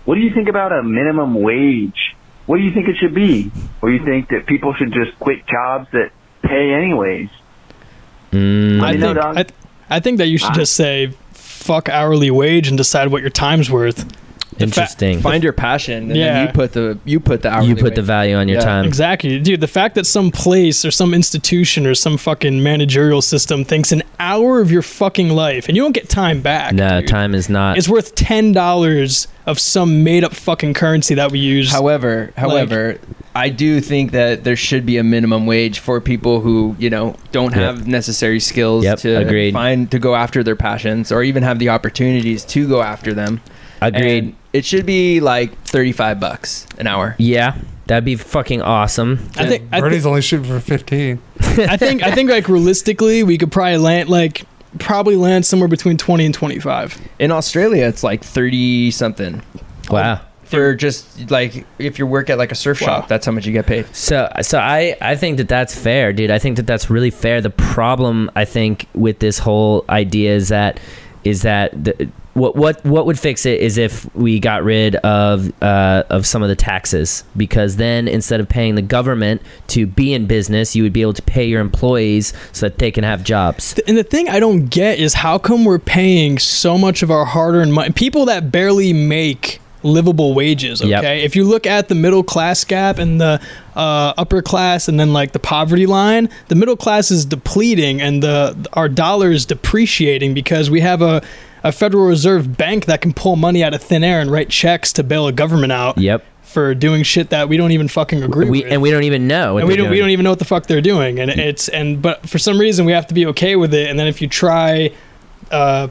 What do you think about a minimum wage? What do you think it should be? Or you think that people should just quit jobs that pay anyways? Mm, Let I me know, think, dog. I, th- I think that you should Ah. just say fuck hourly wage and decide what your time's worth. interesting. Find your passion, and Yeah. then you put the you put the hourly you put the wage. value on your Yeah. time. Exactly. Dude, the fact that some place or some institution or some fucking managerial system thinks an hour of your fucking life and you don't get time back. No, dude, time is not. It's worth $10 of some made up fucking currency that we use. However, however, I do think that there should be a minimum wage for people who you know don't Yep. have necessary skills Yep, to agreed. find to go after their passions or even have the opportunities to go after them. Agreed. And it should be like thirty-five bucks an hour. yeah, That'd be fucking awesome. I think- I Birdie's thi- only shooting for 15. I think I think like realistically, we could probably land like probably land somewhere between twenty and twenty five. In Australia, it's like thirty something Wow. for just like if you work at like a surf shop. That's how much you get paid. So, so I, I think that that's fair, dude. I think that that's really fair. The problem I think with this whole idea is that is that the, what what what would fix it is if we got rid of uh, of some of the taxes because then instead of paying the government to be in business, you would be able to pay your employees so that they can have jobs. And the thing I don't get is how come we're paying so much of our hard-earned money people that barely make livable wages. Okay, Yep. if you look at the middle class gap and the uh, upper class, and then like the poverty line, the middle class is depleting, and the our dollar is depreciating because we have a a Federal Reserve Bank that can pull money out of thin air and write checks to bail a government out. Yep. for doing shit that we don't even fucking agree We with. and we don't even know. what And we they're don't we doing. don't even know what the fuck they're doing. And it's and but for some reason we have to be okay with it. And then if you try uh,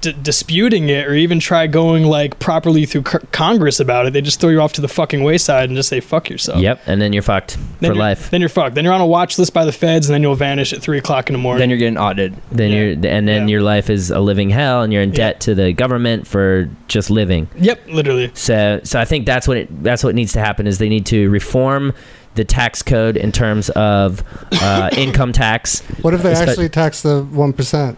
d- disputing it or even try going like properly through c- Congress about it, they just throw you off to the fucking wayside and just say fuck yourself. Yep. And then you're fucked Then for you're- life. Then you're fucked. Then you're on a watch list by the feds, and then you'll vanish at three o'clock in the morning. Then you're getting audited. Then yeah. you're and then Yeah. your life is a living hell, and you're in debt to the government for just living. yep, literally. So, so I think that's what it, that's what needs to happen is they need to reform the tax code in terms of uh, income tax. What if they It's like- actually tax the 1%?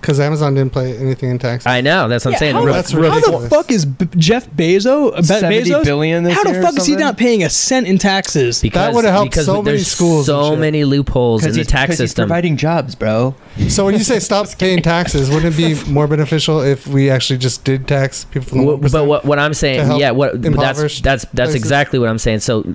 Because Amazon didn't pay anything in taxes. I know that's what I'm saying. how, Re- that's how the ridiculous. fuck is B- Jeff Bezos? Be- 70 Bezos? billion this how the year or fuck is he something? not paying a cent in taxes? because- would've helped because so many there's schools and So shit. many loopholes in the tax system. providing jobs, bro. So when you say stop paying taxes, wouldn't it be more beneficial if we actually just did tax people from the Wh- 1%? but what, what I'm to saying, help yeah, what but that's impoverished that's that's places. exactly what I'm saying. So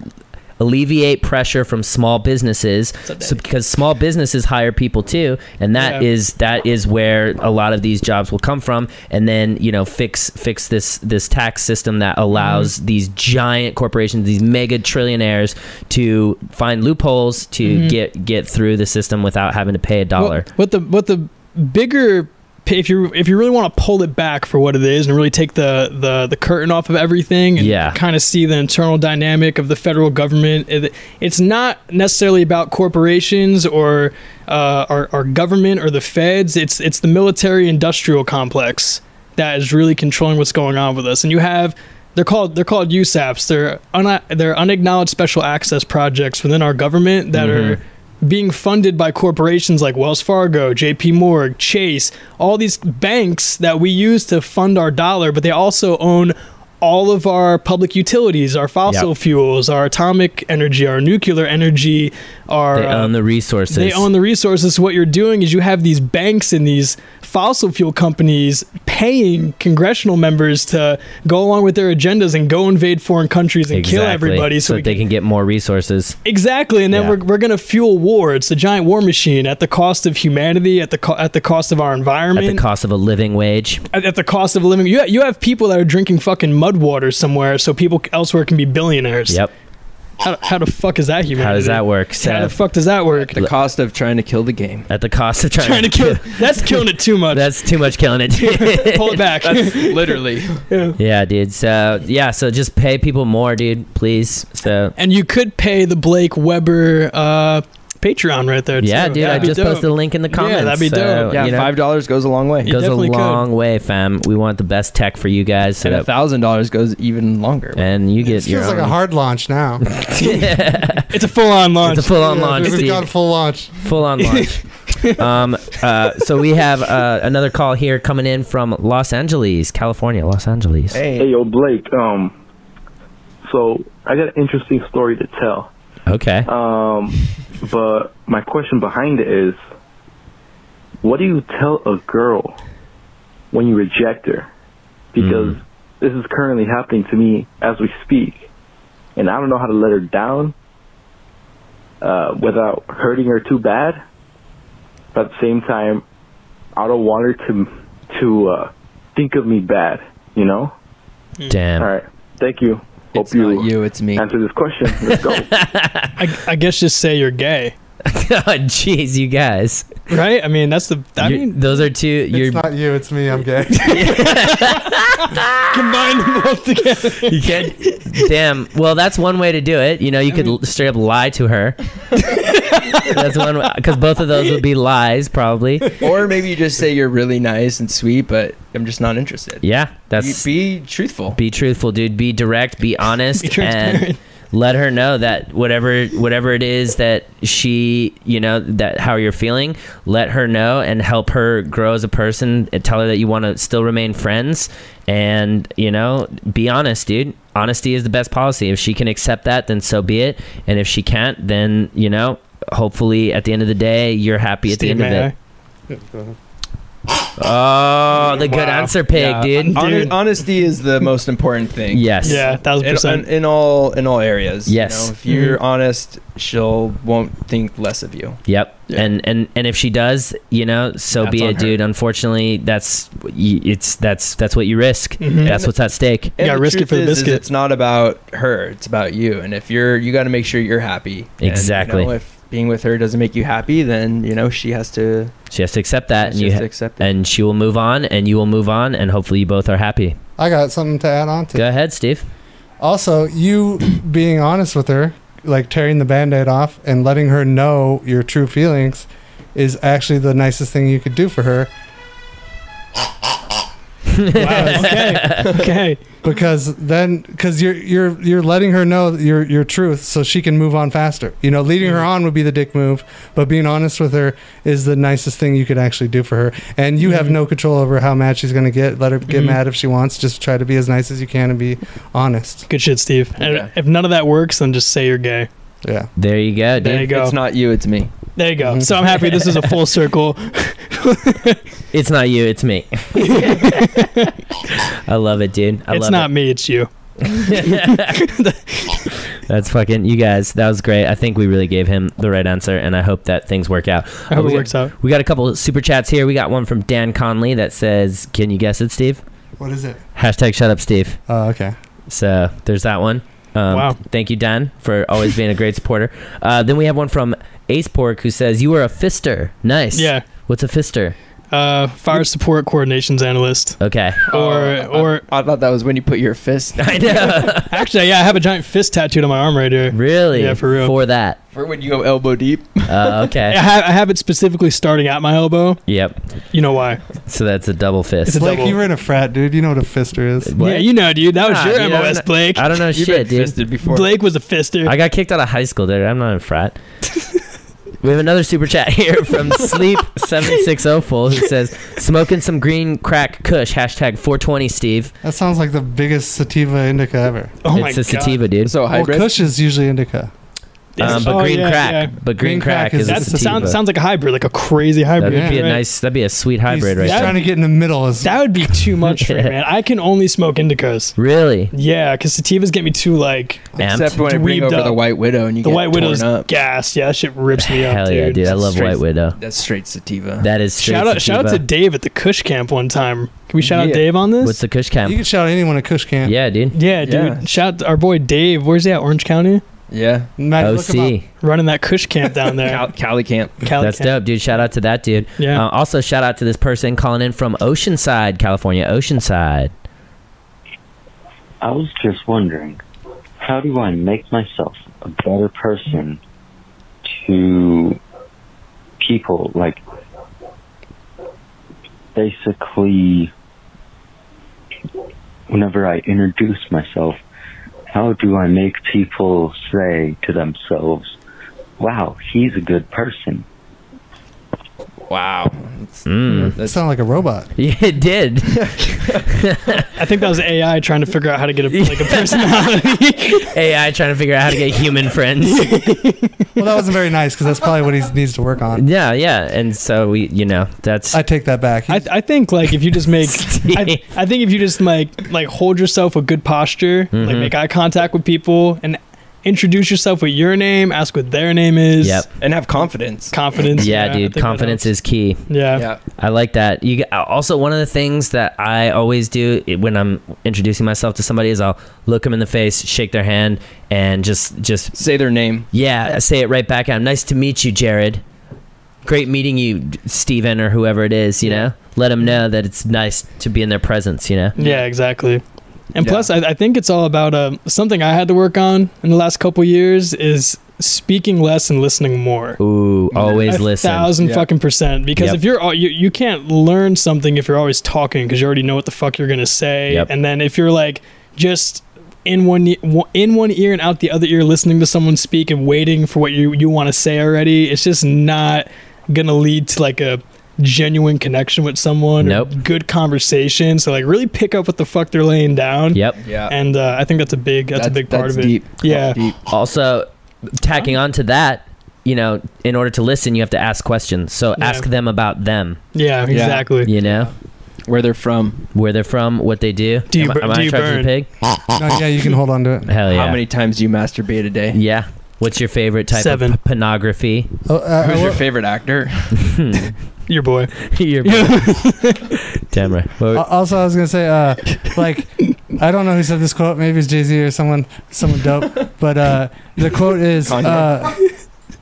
alleviate pressure from small businesses so, because small businesses hire people too and that is Yeah. that is where a lot of these jobs will come from and then you know fix fix this this tax system that allows Mm-hmm. these giant corporations these mega trillionaires to find loopholes to Mm-hmm. get get through the system without having to pay a dollar What, what the what the bigger p- if you if you really want to pull it back for what it is and really take the the, the curtain off of everything and Yeah. kind of see the internal dynamic of the federal government it- it's not necessarily about corporations or uh, our, our government or the feds it's it's the military industrial complex that is really controlling what's going on with us and you have they're called they're called USAPs they're un, they're unacknowledged special access projects within our government that are being funded by corporations like Wells Fargo, JP Morgan, Chase, all these banks that we use to fund our dollar, but they also own all of our public utilities, our fossil Yep. fuels, our atomic energy, our nuclear energy, our they uh, own the resources they own the resources. So what you're doing is you have these banks and these fossil fuel companies paying congressional members to go along with their agendas and go invade foreign countries and kill everybody so, so, we that they can- can get more resources Exactly, and then Yeah. we're, we're going to fuel war. It's the giant war machine at the cost of humanity, at the co- at the cost of our at environment, the cost of a living wage at, at the cost of living. You you have people that are drinking fucking mud water somewhere, so people elsewhere can be billionaires. yep How, how the fuck is that humanity? How does that work? How the Seth? fuck does that work? The cost of trying to kill the game. at the cost of trying, Trying to kill. That's killing it too much. That's too much killing it. Pull it back. Literally. yeah, dude. So yeah, so just pay people more, dude, please. So and you could pay the Blake Weber uh, Patreon right there. yeah, too. dude. I That'd be just dope. posted a link in the Yeah, comments. that'd be so, dope. Yeah, you know, five dollars goes a long way. Yeah. goes a definitely could. long way, fam. We want the best tech for you guys, so And a that, thousand dollars goes even longer. and you It get your feels like a own- hard launch now. It's a full-on launch. It's a full on launch, We've dude. gone full launch. Full on launch. um, uh, so we have uh, another call here coming in from Los Angeles, California, Los Angeles. Hey, Hey, yo, Blake. Um, so I got an interesting story to tell. Okay. Um, but my question behind it is, what do you tell a girl when you reject her? Because this is currently happening to me as we speak, and I don't know how to let her down uh, without hurting her too bad. But at the same time, I don't want her to to uh, think of me bad. You know. Damn. All right. Thank you. Hope it's you, not you, it's me. answer this question. Let's go. I, I guess just say you're gay. God, Oh, jeez, you guys. Right? I mean, that's the. I You're- mean, those are two. You're, It's not you, it's me. I'm gay. combine them both together. you can't. damn. Well, that's one way to do it. You know, you could l straight up lie to her. that's one because both of those would be lies, probably. or maybe you just say you're really nice and sweet, but I'm just not interested. Yeah, Be, that's be truthful. be truthful, dude. Be direct. Be honest, and transparent. let her know that whatever whatever it is that she, you know, that how you're feeling, let her know and help her grow as a person. And tell her that you want to still remain friends, and you know, be honest, dude. Honesty is the best policy. If she can accept that, then so be it. And if she can't, then you know, hopefully at the end of the day, you're happy at Steve, the end may of it. Oh, the good Wow. answer, pig, Yeah, dude. hon- Dude. honesty is the most important thing. I? Yes. Yeah, thousand In, in, percent. in all in all areas. you Yes. know, if you're honest, she'll won't think less of you. Yep. Yeah. And and and if she does, you know, so That's be on it, her. dude. Unfortunately, that's y- it's that's that's what you risk. Mhm. That's what's at stake. And Yeah, the risk it truth for the is- is biscuit. It's not about her; it's about you. And if you're, you got to make sure you're happy. And, you Exactly. know, if being with her doesn't make you happy, then you know she has to. She has to accept that, and you she has ha- to accept it. and she will move on, and you will move on, and hopefully you both are happy. I got something to add on to. Go ahead, Steve. Also, you being honest with her, like tearing the band aid off and letting her know your true feelings, is actually the nicest thing you could do for her Wow, okay. okay. because then because you're you're you're letting her know your your truth so she can move on faster you know leading her on would be the dick move but being honest with her is the nicest thing you could actually do for her and you have no control over how mad she's going to get let her get mad if she wants just try to be as nice as you can and be honest Good shit, Steve. And Yeah. If none of that works, then just say you're gay. yeah There you go, dude. There you go. It's not you; it's me. there you go. Mm-hmm. Mhm. So I'm happy this is a full circle. It's not you, it's me. I love it, dude. I it's love not it. me, it's you. That's fucking you guys. That was great. I think we really gave him the right answer, and I hope that things work out. I hope it works out. We got a couple super chats here. We got one from Dan Conley that says, "Can you guess it, Steve?" what is it Hashtag shut up, Steve. oh okay So there's that one. Um, Wow. Thank you, Dan, for always being a great supporter. Uh, then we have one from Ace Pork who says, You are a fister. Nice. Yeah. What's a fister? Uh, fire support coordinations analyst. Okay. Or, Oh, or I thought that was when you put your fist. I know. actually, yeah, I have a giant fist tattooed on my arm right here. really? Yeah, for real. For that. For when you go elbow deep. Uh, I okay. have, I have it specifically starting at my elbow. yep. You know why? So that's a double fist. It's a blake double. you were in a frat dude you know what a fister is What? Yeah, you know, dude. That was Ah, Nah, your dude, I don't MOS, Ah, know- Blake. I don't know You've shit, been dude. fisted before. Blake was a fister. I got kicked out of high school, dude. I'm not in frat. We have another super chat here from Sleep Seven Six Zero Full who says, "Smoking some green crack Kush hashtag 420 Steve. that sounds like the biggest sativa indica ever oh my it's a god. sativa, dude. So well hybrid. kush is usually indica This Um, is- but oh, green yeah, crack, yeah. but green, crack, is That a sativa. sounds sounds like a hybrid, like a crazy that'd hybrid. be a right? nice, that'd be a sweet he's, hybrid right he's there. trying to get in the middle is That would be too much for me, Yeah. man. I can only smoke indicas. there. Really, Yeah, because sativas get me too like amped. Except when I bring Dweebed over up. the White Widow and you the get White Widow's torn up. gas. Yeah, that shit rips me up. Hell yeah, dude! I love Straight- White Widow. That's straight sativa. That is straight Shout out, shout out to sativa. Dave at the Kush Camp one time. Can we shout Yeah. out Dave on this? what's the Kush you camp? can shout anyone a kush can Yeah, dude. yeah, dude. Yeah. Shout out our boy Dave. Where's he at? Orange County, yeah. Matt, look him up. OC, running that Kush Camp down there. Cal- Cali camp. Cali that's camp. dope, dude. Shout out to that dude. Yeah. Uh, also, shout out to this person calling in from Oceanside, California. Oceanside. I was just wondering, how do I make myself a better person to people? Like, basically, whenever I introduce myself, how do I make people say to themselves, wow, he's a good person? Wow. Mm. You That's sound like a robot Yeah, it did. I think that was AI trying to figure out how to get a, like a personality. AI trying to figure out how to get human friends. Well, that wasn't very nice because that's probably what he needs to work on. yeah, yeah. And so we, you know, that's I take that back. He- I, th- I think like if you just make I, I Mm-hmm. think if you just like like hold yourself with good posture, like make eye contact with people and introduce yourself with your name, ask what their name is. Yep. and have confidence. Confidence. yeah, I think dude, that confidence helps. is key. Yeah. Yeah. I like that. You get, also one of the things that I always do i- when I'm introducing myself to somebody is I'll look them in the face, shake their hand, and just just Say their name. yeah, I say it right back at 'em. Nice to meet you, Jared. Great meeting you, D- Steven, or whoever it is. You know, let them know that it's nice to be in their presence. You know, Yeah, exactly. And Yeah. plus, I, I think it's all about um, something I had to work on in the last couple years is speaking less and listening more. ooh, always a listen. thousand Yeah. fucking percent. Because Yep. if you're al- you, you can't learn something if you're always talking because you already know what the fuck you're gonna say. Yep. And then if you're like just in one e- one- in one ear and out the other ear, listening to someone speak and waiting for what you you want to say already, it's just not gonna lead to like a genuine connection with someone. or Nope. Good conversation. So like really pick up what the fuck they're laying down. Yep. Yeah. And uh, I think that's a big that's, a big part that's of it. Deep. Yeah. Deep. Also, tacking on to that, you know, in order to listen, you have to ask questions. So Yeah. ask them about them. Yeah. Yeah. Exactly. You know, Where they're from. where they're from, what they do. Do you am, I- bur- am I do in you charge of the burn? pig? No, yeah, you can hold on to it. Hell yeah. How many times do you masturbate a day? Yeah. What's your favorite type Seven. of p- pornography? Oh, uh, Who's I your wa- favorite actor? Your boy. Your Damn right. What- Oh, Al- also, I was gonna say, uh, like, I don't know who said this quote. Maybe it's Jay Z or someone, someone dope. But uh, the quote is, Kanye. uh,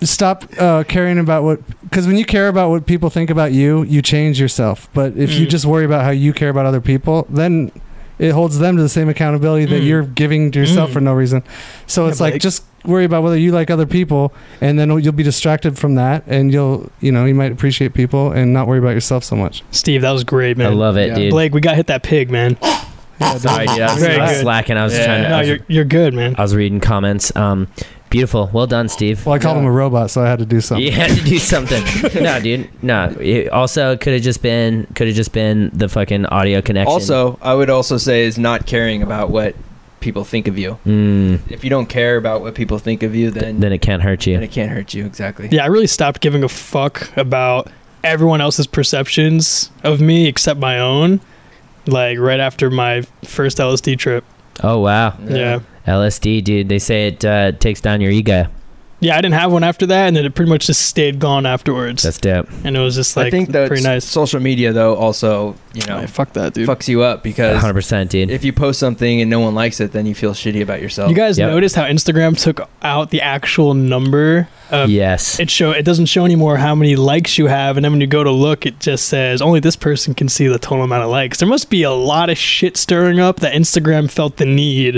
"Stop uh, caring about what, because when you care about what people think about you, you change yourself. But if you Mm. just worry about how you care about other people, then it holds them to the same accountability that Mm. you're giving to yourself Mm. for no reason. So Yeah, it's like Blake. just worry about whether you like other people, and then you'll be distracted from that, and you'll, you know, you might appreciate people and not worry about yourself so much. Steve, that was great, man. I love it, Yeah. dude. Blake, we got to hit that pig, man. Sorry, dude. I was, Very I was good. slacking. I was Yeah. trying to. No, I, was, you're you're good, man. I was reading comments. Um, beautiful. Well done, Steve. Well, I called Yeah. him a robot, so I had to do something. You had to do something. no, dude. No. It also, could have just been. Could have just been the fucking audio connection. Also, I would also say is not caring about what people think of you. Mm, If you don't care about what people think of you, then then it can't hurt then you. it can't hurt you. Exactly. Yeah, I really stopped giving a fuck about everyone else's perceptions of me except my own. Like right after my first LSD trip. Oh wow, Yeah. yeah. LSD, dude. They say it uh, takes down your ego. I didn't have one after that, and then it pretty much just stayed gone afterwards. That's dope. and it was just like I think that pretty nice. social media though also you know Yeah, fuck that, dude. fucks you up because 100, percent dude. if you post something and no one likes it, then you feel shitty about yourself. You guys Yep. noticed how Instagram took out the actual number uh, of yes. it show it doesn't show anymore how many likes you have and then when you go to look it just says only this person can see the total amount of likes there must be a lot of shit stirring up that instagram felt the need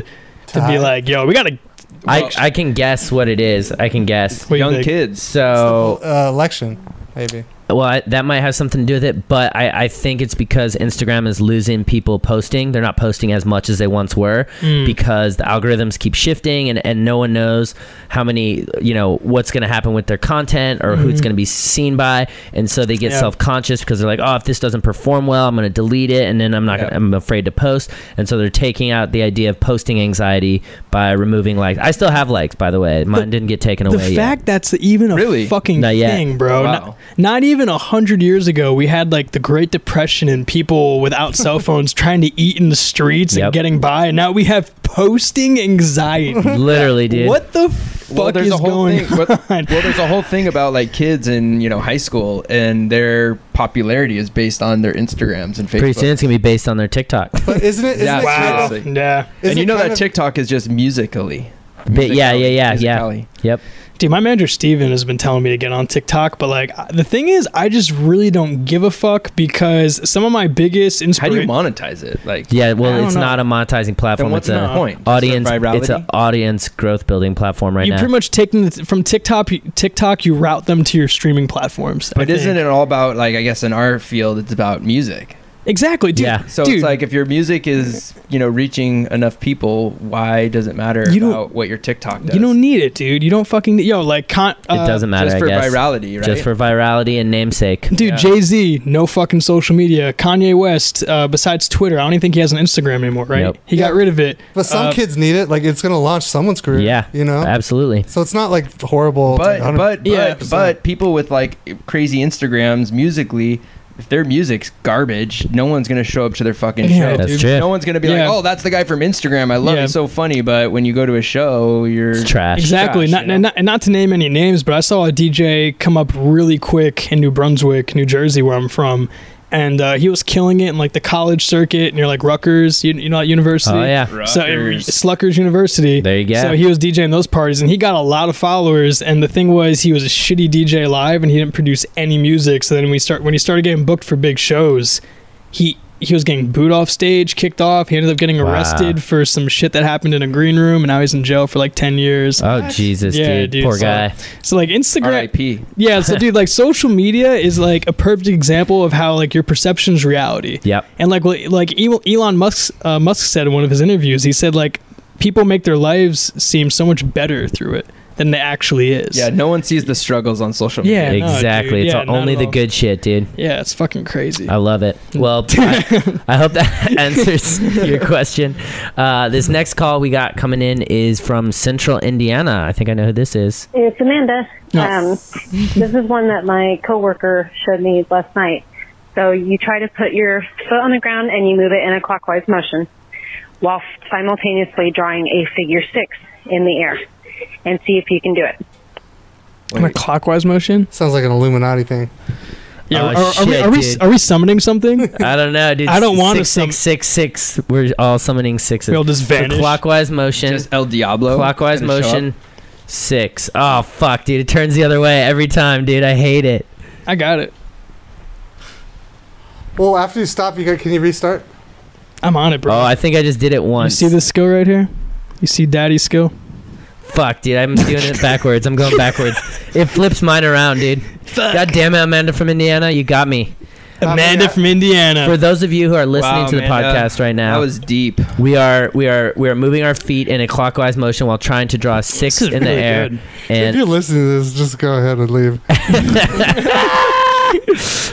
to be Ty. like yo we gotta I I can guess what it is. I can guess. what do you Young think? kids. So uh, election, maybe. Well, I, that might have something to do with it, but I, I think it's because Instagram is losing people posting. They're not posting as much as they once were Mm. because the algorithms keep shifting and, and no one knows how many, you know, what's going to happen with their content or who it's Mhm. going to be seen by. And so they get Yeah. self conscious because they're like, oh, if this doesn't perform well, I'm going to delete it and then I'm not Yeah. gonna, I'm afraid to post. And so they're taking out the idea of posting anxiety by removing likes. I still have likes, by the way. Mine didn't get taken the away fact that's even a Really? fucking Not yet. thing bro Wow. not, not even a hundred years ago we had like the great depression and people without cell phones trying to eat in the streets Yep. and getting by and now we have posting anxiety yet. Literally, dude. what the fuck well, there's is a whole going thing. Well, on well, there's a whole thing about like kids in you know high school and their popularity is based on their Instagrams and Facebook. Pretty soon it's going to be based on their TikTok. But isn't it? Isn't Yeah, it wow kind of- seriously. yeah isn't and you it know kind that of- TikTok is just musically. But yeah, yeah, yeah, yeah. Musically. Yep. Dude, my manager Steven has been telling me to get on TikTok, but like I- the thing is, I just really don't give a fuck because some of my biggest How do you inspiration. monetize it? Like, Yeah, I well, don't it's know. not a monetizing platform. then what's it's the a point? audience. Just their It's an virality? audience growth building platform right you now. pretty much take them from TikTok. TikTok, you route them to your streaming platforms. but isn't it all about like I guess in our field it's about music. exactly, dude? Yeah. So dude, it's like if your music is you know reaching enough people, why does it matter You don't- about what your TikTok does? you don't need it, dude. You don't fucking need, yo like con- uh, it doesn't matter. just for I guess. virality, right? Just for virality and namesake. Dude, Yeah. Jay Z, no fucking social media. Kanye West, uh, besides Twitter, I don't even think he has an Instagram anymore, right? Nope. He got Yeah. rid of it. But some Uh, kids need it. Like it's gonna launch someone's career. Yeah. You know. Absolutely. So it's not like horrible. but 100 but Yeah. but but people with like crazy Instagrams musically if their music's garbage, no one's gonna show up to their fucking Yeah, show. That's true. No one's gonna be Yeah. like, "Oh, that's the guy from Instagram. I love Yeah. it. So funny." But when you go to a show, you're It's trash. Exactly. not, trash, you know? and not and not to name any names, but I saw a DJ come up really quick in New Brunswick, New Jersey, where I'm from, and uh, he was killing it in like the college circuit near like Rutgers, you, you know, at university. Oh yeah. So Rutgers. Sluckers University. There you go. So he was DJing those parties, and he got a lot of followers. And the thing was, he was a shitty DJ live, and he didn't produce any music. So then we start when he started getting booked for big shows, he he was getting booed off stage, kicked off. He ended up getting Wow. arrested for some shit that happened in a green room, and now he's in jail for like ten years. Oh Jesus, Yeah, dude. dude, Poor so- guy. so like Instagram, R.I.P. yeah. So dude, like social media is like a perfect example of how like your perception's reality. Yep. And like what- like El- Elon Musk uh, Musk said in one of his interviews, he said like people make their lives seem so much better through it than they actually is. Yeah, no one sees the struggles on social media. Yeah, no, dude. exactly. it's Yeah, all- not only at the all. good shit, dude. Yeah, it's fucking crazy. I love it. Well, I, I hope that answers your question. Uh, this next call we got coming in is from Central Indiana. I think I know who this is. It's Amanda. Oh. Um, this is one that my coworker showed me last night. So you try to put your foot on the ground and you move it in a clockwise motion while simultaneously drawing a figure six in the air and see if you can do it. In a clockwise motion. Sounds like an Illuminati thing. Yeah. Oh, are, are we shit, are we dude. are we summoning something? I don't know, dude. I don't wanna six, six, six, six. We're all summoning sixes. We all just So vanish. clockwise motion. Just El Diablo. clockwise gonna show up. motion. Six. Oh fuck, dude! It turns the other way every time, dude. I hate it. I got it. Well, after you stop, you got, can you restart? I'm on it, bro. Oh, I think I just did it you once. see this skill right here? You see Daddy's skill? Fuck, dude. I'm doing it backwards. I'm going backwards. It flips mine around, dude. God damn it, Amanda from Indiana, you got me. Amanda yeah. from Indiana. For those of you who are listening Wow, to the Amanda, podcast right That now, was deep. we are we are we are moving our feet in a clockwise motion while trying to draw a six This is in the really air. good. if you're And listening to this, just go ahead and leave,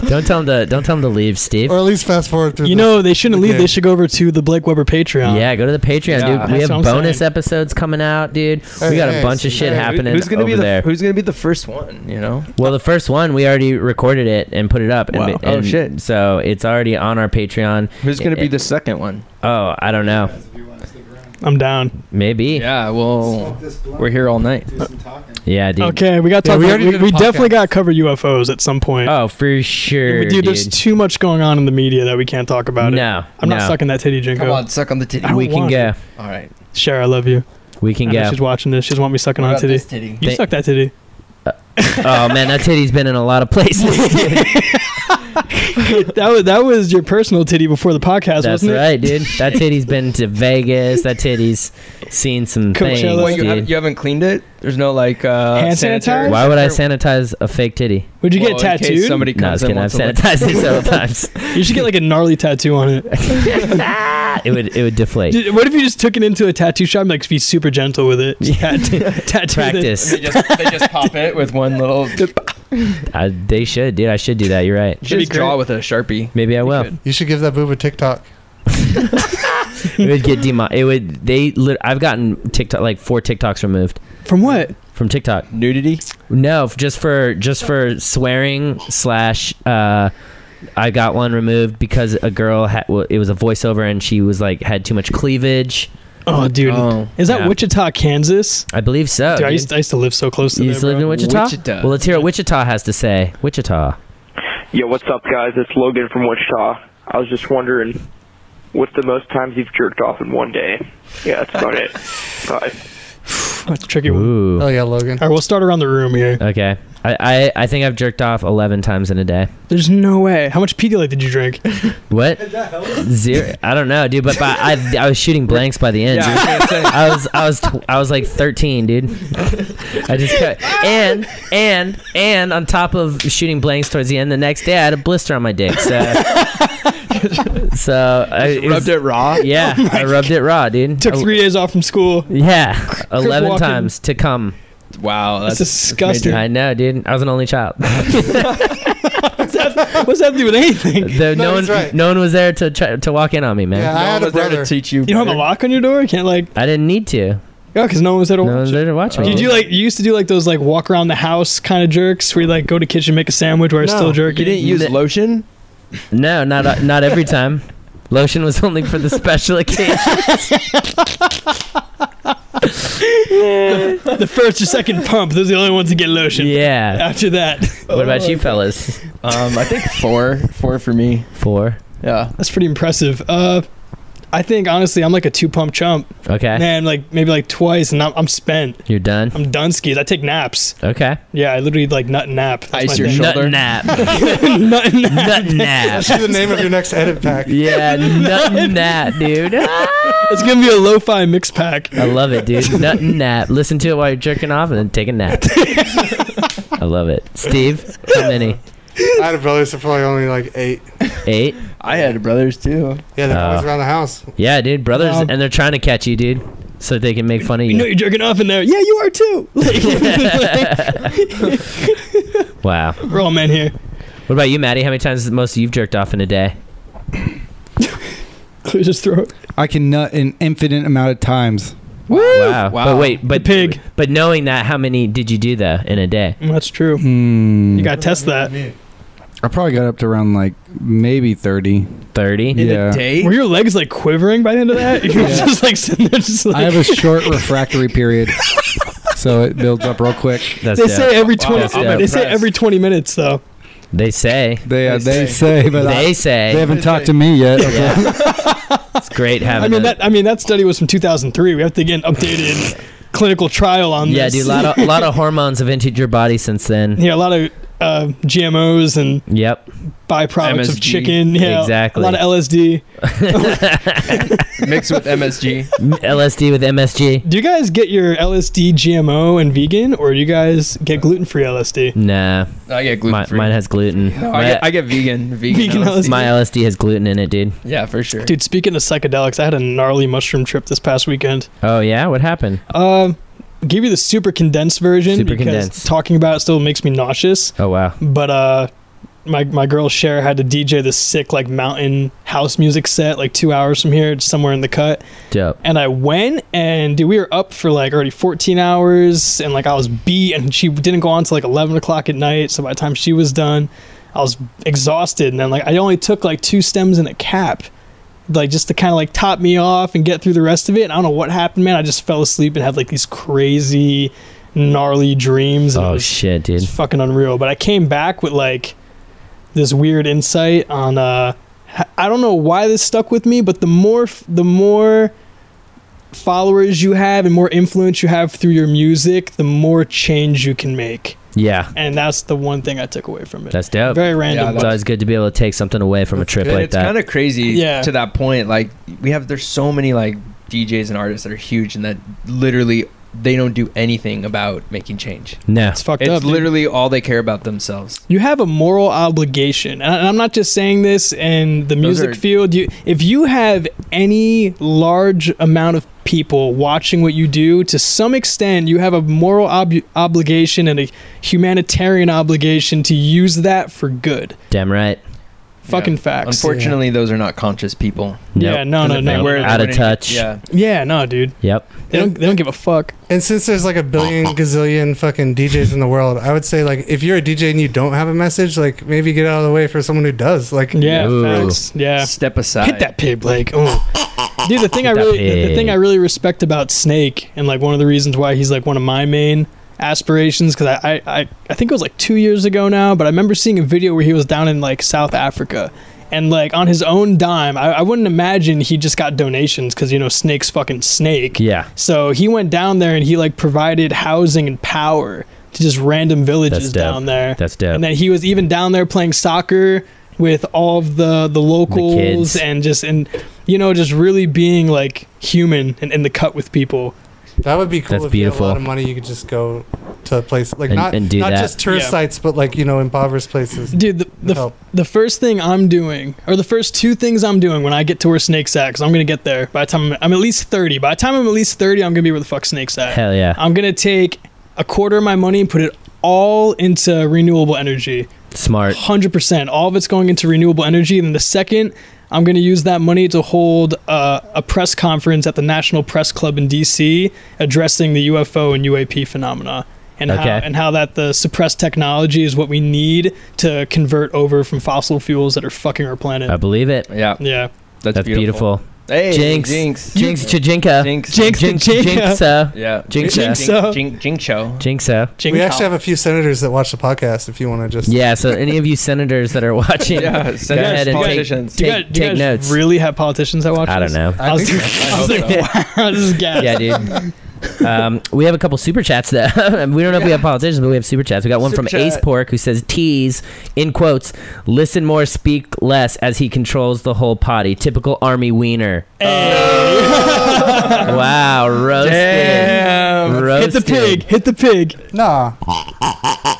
don't tell him to don't tell him to leave, Steve. or at least fast forward through. you the- know they shouldn't leave. Okay. They should go over to the Blake Weber Patreon. Yeah, go to the Patreon, Yeah, dude. We that's have what I'm bonus saying. episodes coming out, dude. we Hey, got a hey, bunch of shit hey, who- happening Who's gonna over be the there. Who's gonna be the first one? You know, well, the first one we already recorded it and put it up. and- Wow. And, Oh, shit. So it's already on our Patreon. who's gonna be the second one? Oh, I don't know. I'm down. Maybe. Yeah, Yeah, well, we're here all night. dude. Okay, we got to Yeah, talk. we about- already we did a we definitely podcast. got to cover UFOs at some point. Oh, for sure, dude, there's too much going on in the media that we can't talk about it. No, I'm not no. sucking that titty, Jinko. Come on, suck on the titty. I we don't can want go. All right, Cher, I love you. We can I know go. she's watching this. She's want me sucking What on about titty. this titty? You They- suck that titty. Oh man, that titty's been in a lot of places. that was that was your personal titty before the podcast, That's wasn't right, dude. That titty's been to Vegas. That titty's seen some Coachella. Well, things, you, dude. have, not cleaned it. There's no like uh, Hand sanitizer? Why would I sanitize a fake titty? it? Would you Well, get in case tattooed? Somebody No, I was comes in kidding. I've wants to look- sanitized it several times. You should get like a gnarly tattoo on it. It would it would deflate. Dude, What if you just took it into a tattoo shop and like be super gentle with it? Yeah, tattoo Practice. They just, they just pop it with one little. I, they should, dude. I should do that. You're right. Should draw with a sharpie. Maybe I will. could. you should give that boob a TikTok. It would get demo. It would. They. Lit- I've gotten TikTok like four TikToks removed From what? from TikTok. Nudity. No, f- just for just for swearing slash. Uh, I got one removed because a girl had. Well, it was a voiceover, and she was like had too much cleavage. Oh, dude, Oh, is that yeah. Wichita, Kansas? I believe so. Dude, I dude. used, I used to live so close to you there, used to live in bro. Wichita? Wichita. Well, let's hear what Wichita has to say. Wichita. Yo, what's up, guys? It's Logan from Wichita. I was just wondering, what's the most times you've jerked off in one day? Yeah, that's about it. Bye. That's a tricky. one. Ooh. Oh yeah, Logan. All right, we'll start around the room here. Okay. I, I I think I've jerked off eleven times in a day. There's no way. How much Pedialyte did you drink? What? Zero. I don't know, dude. But by, I I was shooting blanks by the end. dude. I was gonna say. I was I was tw- I was like 13, dude. I just cut. and and and on top of shooting blanks towards the end, the next day I had a blister on my dick. So so I it was- Rubbed it raw. Yeah, I rubbed it raw, dude. Took I- three days off from school. Yeah, eleven walking. times to come. Wow, That's that's, disgusting. I know, dude. I was an only child. What's that do with anything? Though no, No, one, he's right. no one was there to try, to walk in on me, man. Yeah, I No had one a was there brother. to teach you. You don't have better. a lock on your door? You can't like, I didn't need to. oh, because no one was there to No one watch was it. there to watch me. Did you like? You used to do like those like walk around the house kind of jerks where you like go to kitchen make a sandwich where it's No, still you jerking. You didn't use N- lotion. No, not uh, not every time. Lotion was only for the special occasion. the first or second pump, those are the only ones that get lotion. Yeah. After that, What about you fellas? Um, I think four, four for me. Four. Yeah, that's pretty impressive. Uh, I think honestly, I'm like a two pump chump, Okay. man. Like maybe like twice, and I'm, I'm spent. You're done. I'm done skis. I take naps. Okay. Yeah, I literally like nut and nap. That's Ice my your thing. Nut Shoulder. nap. nut and nap. Nut nap. That's the name of your next edit pack. Yeah, nut nap, dude. It's gonna be a lo-fi mix pack. I love it, dude. Nut nap. Listen to it while you're jerking off and then take a nap. I love it. Steve, how many? I had a brother, so probably only like eight. Eight? I had brothers too. Yeah, the Oh. boys around the house. Yeah, dude. Brothers, Um, and they're trying to catch you, dude, so they can make fun of You know you. you're jerking off in there. Yeah, you are too. Like, Wow. we're all men here. What about you, Maddie? How many times is the most you've jerked off in a day? Clear his throat. I can nut an infinite amount of times. Wow. Wow. But wait, but pig. But knowing that, how many did you do though in a day? Mm, That's true. Hmm. You gotta test that. I probably got up to around like maybe 30. Thirty. Yeah. Were your legs like quivering by the end of that? You were just like sitting there, just like. I have a short refractory period, so it builds up real quick. That's they dope. say every Wow, twenty. that's they dope. say every twenty minutes though. They say. They uh, They they say, but I- They say. they haven't talked to me yet. Yeah. it's great having. I mean a- that. I mean that study was from 2003. We have to get an updated clinical trial on yeah, this. dude. A lot of lot of hormones have entered your body since then. yeah, a lot of uh, GMOs and Yep. byproducts of MSG. chicken. Yeah, Exactly. A lot of LSD. Mixed with MSG. LSD with MSG. Do you guys get your LSD GMO and vegan, or do you guys get gluten free LSD? Nah, I get gluten my, free. mine has gluten. I, My, get, I get vegan. Vegan. Vegan LSD. my LSD has gluten in it, dude. Yeah, for sure. Dude, speaking of psychedelics, I had a gnarly mushroom trip this past weekend. Oh yeah, what happened? Um, give you the super condensed version Super because condensed. talking about it still makes me nauseous. Oh wow. but uh my my girl Cher had to DJ this sick like mountain house music set like two hours from here, just somewhere in the cut. Dope. And I went and dude, we were up for like already 14 hours and like I was beat and she didn't go on till like 11 o'clock at night. So by the time she was done, I was exhausted. And then like I only took like two stems and a cap, like just to kind of like top me off and get through the rest of it. And I don't know what happened, man. I just fell asleep and had like these crazy gnarly dreams. And it Oh was shit, dude. it's fucking unreal. But I came back with like this weird insight on uh h- I don't know why this stuck with me, but the more f- the more followers you have and more influence you have through your music, the more change you can make. Yeah, And that's the one thing I took away from it. that's dope. Very random. It's always good to be able to take something away from a trip good. like it's that. kind of crazy Yeah. to that point. Like we have, there's so many like DJs and artists that are huge and that literally they don't do anything about making change. no. it's fucked It's up. dude. literally all they care about themselves. you have a moral obligation and I- i'm not just saying this in the Those music are- field you if you have any large amount of people watching what you do to some extent you have a moral ob- obligation and a humanitarian obligation to use that for good Damn right. fucking facts Unfortunately, those are not conscious people. yeah Yep. no no no Nope. Where Out of wouldn't- touch. Yeah, yeah no dude Yep. they don't they don't give a fuck And since there's like a Uh-huh. billion gazillion fucking DJs in the world, I would say like if you're a DJ and you don't have a message, like maybe get out of the way for someone who does. Like yeah Ooh. facts yeah step aside. hit that pig blake oh dude the thing i Hit that really the, the thing pig. i really respect about snake and like one of the reasons why he's like one of my main aspirations because I, I i i think it was like two years ago now but i remember seeing a video where he was down in like south africa and like on his own dime i, I wouldn't imagine he just got donations because you know snake's fucking snake Yeah. so he went down there and he like provided housing and power to just random villages That's dope. down there That's dope. and then he was even down there playing soccer with all of the the locals kids. and just and you know just really being like human and in the cut with people. that would be cool. That's if you had beautiful. A lot of money, you could just go to a place like And- not and do not that. just tourist Yeah. sites, but like you know impoverished places. Dude, the the, Help. the first thing I'm doing or the first two things I'm doing when I get to where Snake's at cuz I'm going to get there by the time I'm, I'm at least 30. By the time I'm at least 30, I'm going to be where the fuck Snake's at. Hell yeah. I'm going to take a quarter of my money and put it all into renewable energy. Smart. hundred percent. All of it's going into renewable energy. And the second, I'm going to use that money to hold uh, a press conference at the National Press Club in DC, addressing the UFO and UAP phenomena. and how Okay. and how that the suppressed technology is what we need to convert over from fossil fuels that are fucking our planet. I believe it. Yeah. yeah. That's, beautiful. Hey, Jinx. Jinx. Jinx Chajinka. Jinx. Jinx. Jinx. Jinx. Jinxo. Yeah. Jinxo. Jinx. Jinx. Show. Jinxo. we actually have a few senators that watch the podcast. If you want to just Yeah, so any of you senators that are watching, Yeah, go senators, ahead and take, politicians. Do you guys, take, do you take guys notes. really have politicians that watch? I don't this? know. I was, I was like, wow, this is gas. Yeah, dude. Um, we have a couple super chats that we don't know if we have politicians, but we have super chats. We got one Super from Ace chat. Pork who says, "Tease in quotes, listen more, speak less, as he controls the whole potty. Typical army wiener." wow, roasted. Hit the Roasted. pig. Hit the pig. nah,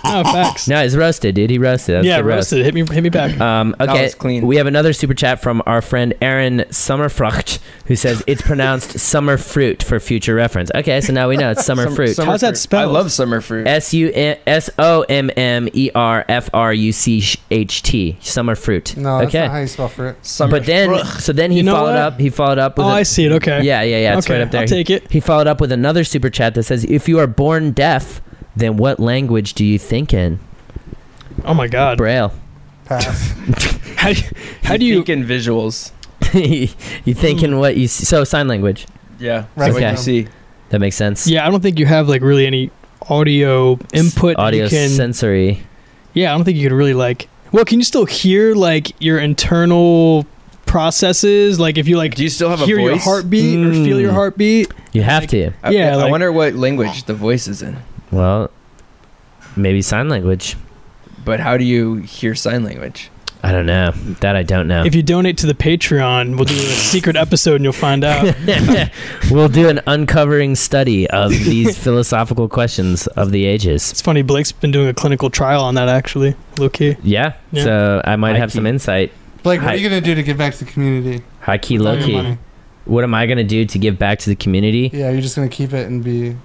No facts. No, he's roasted, dude. He roasted. That's yeah, the roast. roasted. Hit me. Hit me back. Uh, Um, okay, was clean. we have another super chat from our friend Aaron Summerfrucht, who says it's pronounced summer fruit for future reference. Okay, so now we know it's summer fruit. How's that I spelled? love summer fruit. S U N- S O M M E R F R U C H T. Summer fruit. no, that's okay. not how you spell fruit. Summer but then, fruit. so then he You know followed what? up. He followed up with. oh, a- I see it. Okay. Yeah, yeah, yeah. It's Okay, right up there. I'll take it. He followed up with another super chat that says, "If you are born deaf, then what language do you think in? Oh my God. Braille. Pass. How do you, how do you think in visuals? you think Hmm. in what you see. so sign language. Yeah. Right. So what Okay. you see. That makes sense. Yeah, I don't think you have like really any audio input. that you audio can- sensory. yeah, I don't think you can really like. Well, can you still hear like your internal processes? Like if you like Do you still have a hear your voice? Hmm. heartbeat or feel your Mm. heartbeat? You have to. I- Yeah, I like- wonder what language the voice is in. Well, maybe sign language. But how do you hear sign language? I don't know. That I don't know. If you donate to the Patreon, we'll do a secret episode and you'll find out. we'll do an uncovering study of these philosophical questions of the ages. It's funny, Blake's been doing a clinical trial on that actually. Low key. Yeah. Yeah. So I might High have key. some insight. Blake, what Hi. are you gonna do to give back to the community? High key, Without low your key. money? What am I gonna do to give back to the community? Yeah, you're just gonna keep it and be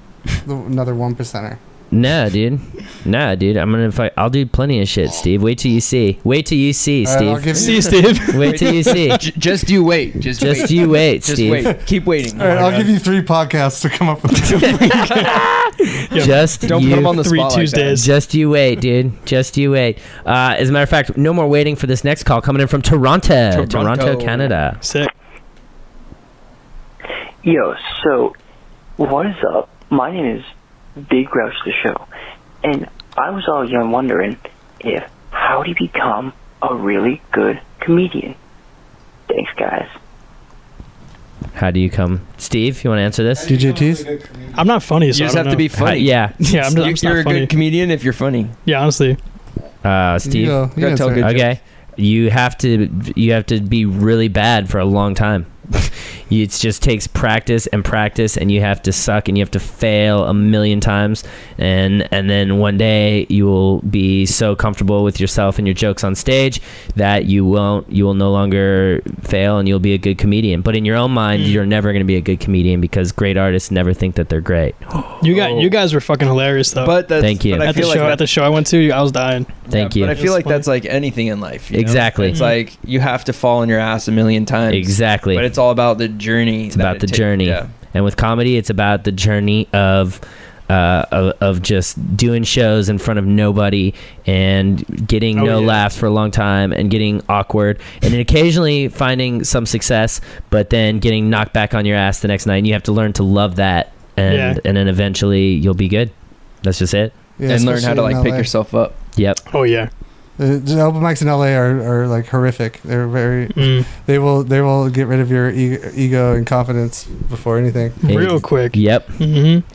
the, another one percenter. No, dude. No, dude. I'm gonna. Fight. I'll do plenty of Oh. shit, Steve. Wait till you see. Wait till you see, All right, I'll Steve. give See you. you, Steve. Wait till you see. J- just you wait. Just, Just wait. you wait, Just Steve. wait. Keep waiting. Oh All right, I'll give you three podcasts to come up with. Just Don't you put him on the Three spot like that. Tuesdays. Just you wait, dude. Just you wait. Uh, as a matter of fact, no more waiting for this next call coming in from Toronto, Toronto, Toronto. Canada. Sick. Yo, so what is up? My name is Big Grouch the Show, and I was all young wondering if how do you become a really good comedian? Thanks, guys. How do you come, Steve? You want to answer this? DJTs. I'm not funny, You so I just don't have to be know. Hi- funny. yeah. Yeah, I'm, just, You're, I'm just you're a not funny. good comedian if you're funny. yeah, honestly. Uh, You Steve. go. You gotta answer tell it. good okay. You have to you have to be really bad for a long time. it just takes practice and practice, and you have to suck and you have to fail a million times, and and then one day you will be so comfortable with yourself and your jokes on stage that you won't you will no longer fail and you'll be a good comedian. But in your own mind, Mm. you're never going to be a good comedian because great artists never think that they're great. You got you guys were fucking hilarious though. Oh. But that's, Thank you. But I at the feel show like that- at the show I went to, I was dying. Thank Yeah, you. But I feel like That's that's like anything in life. you know? Exactly. It's like you have to fall on your ass a million times. exactly. But it's all about the journey. it's about the journey Yeah. and with comedy it's about the journey of uh, of, of just doing shows in front of nobody and getting Oh, no yeah. laughs for a long time and getting awkward and then occasionally finding some success but then getting knocked back on your ass the next night and you have to learn to love that and Yeah. and then eventually you'll be good that's just it Yeah, and learn how to especially in like pick LA. yourself up. yep Oh yeah. Uh, the open mics in LA are, are like horrific. They're very. Mm. They will they will get rid of your e- ego and confidence before anything. Real Ex- quick. yep Mm-hmm.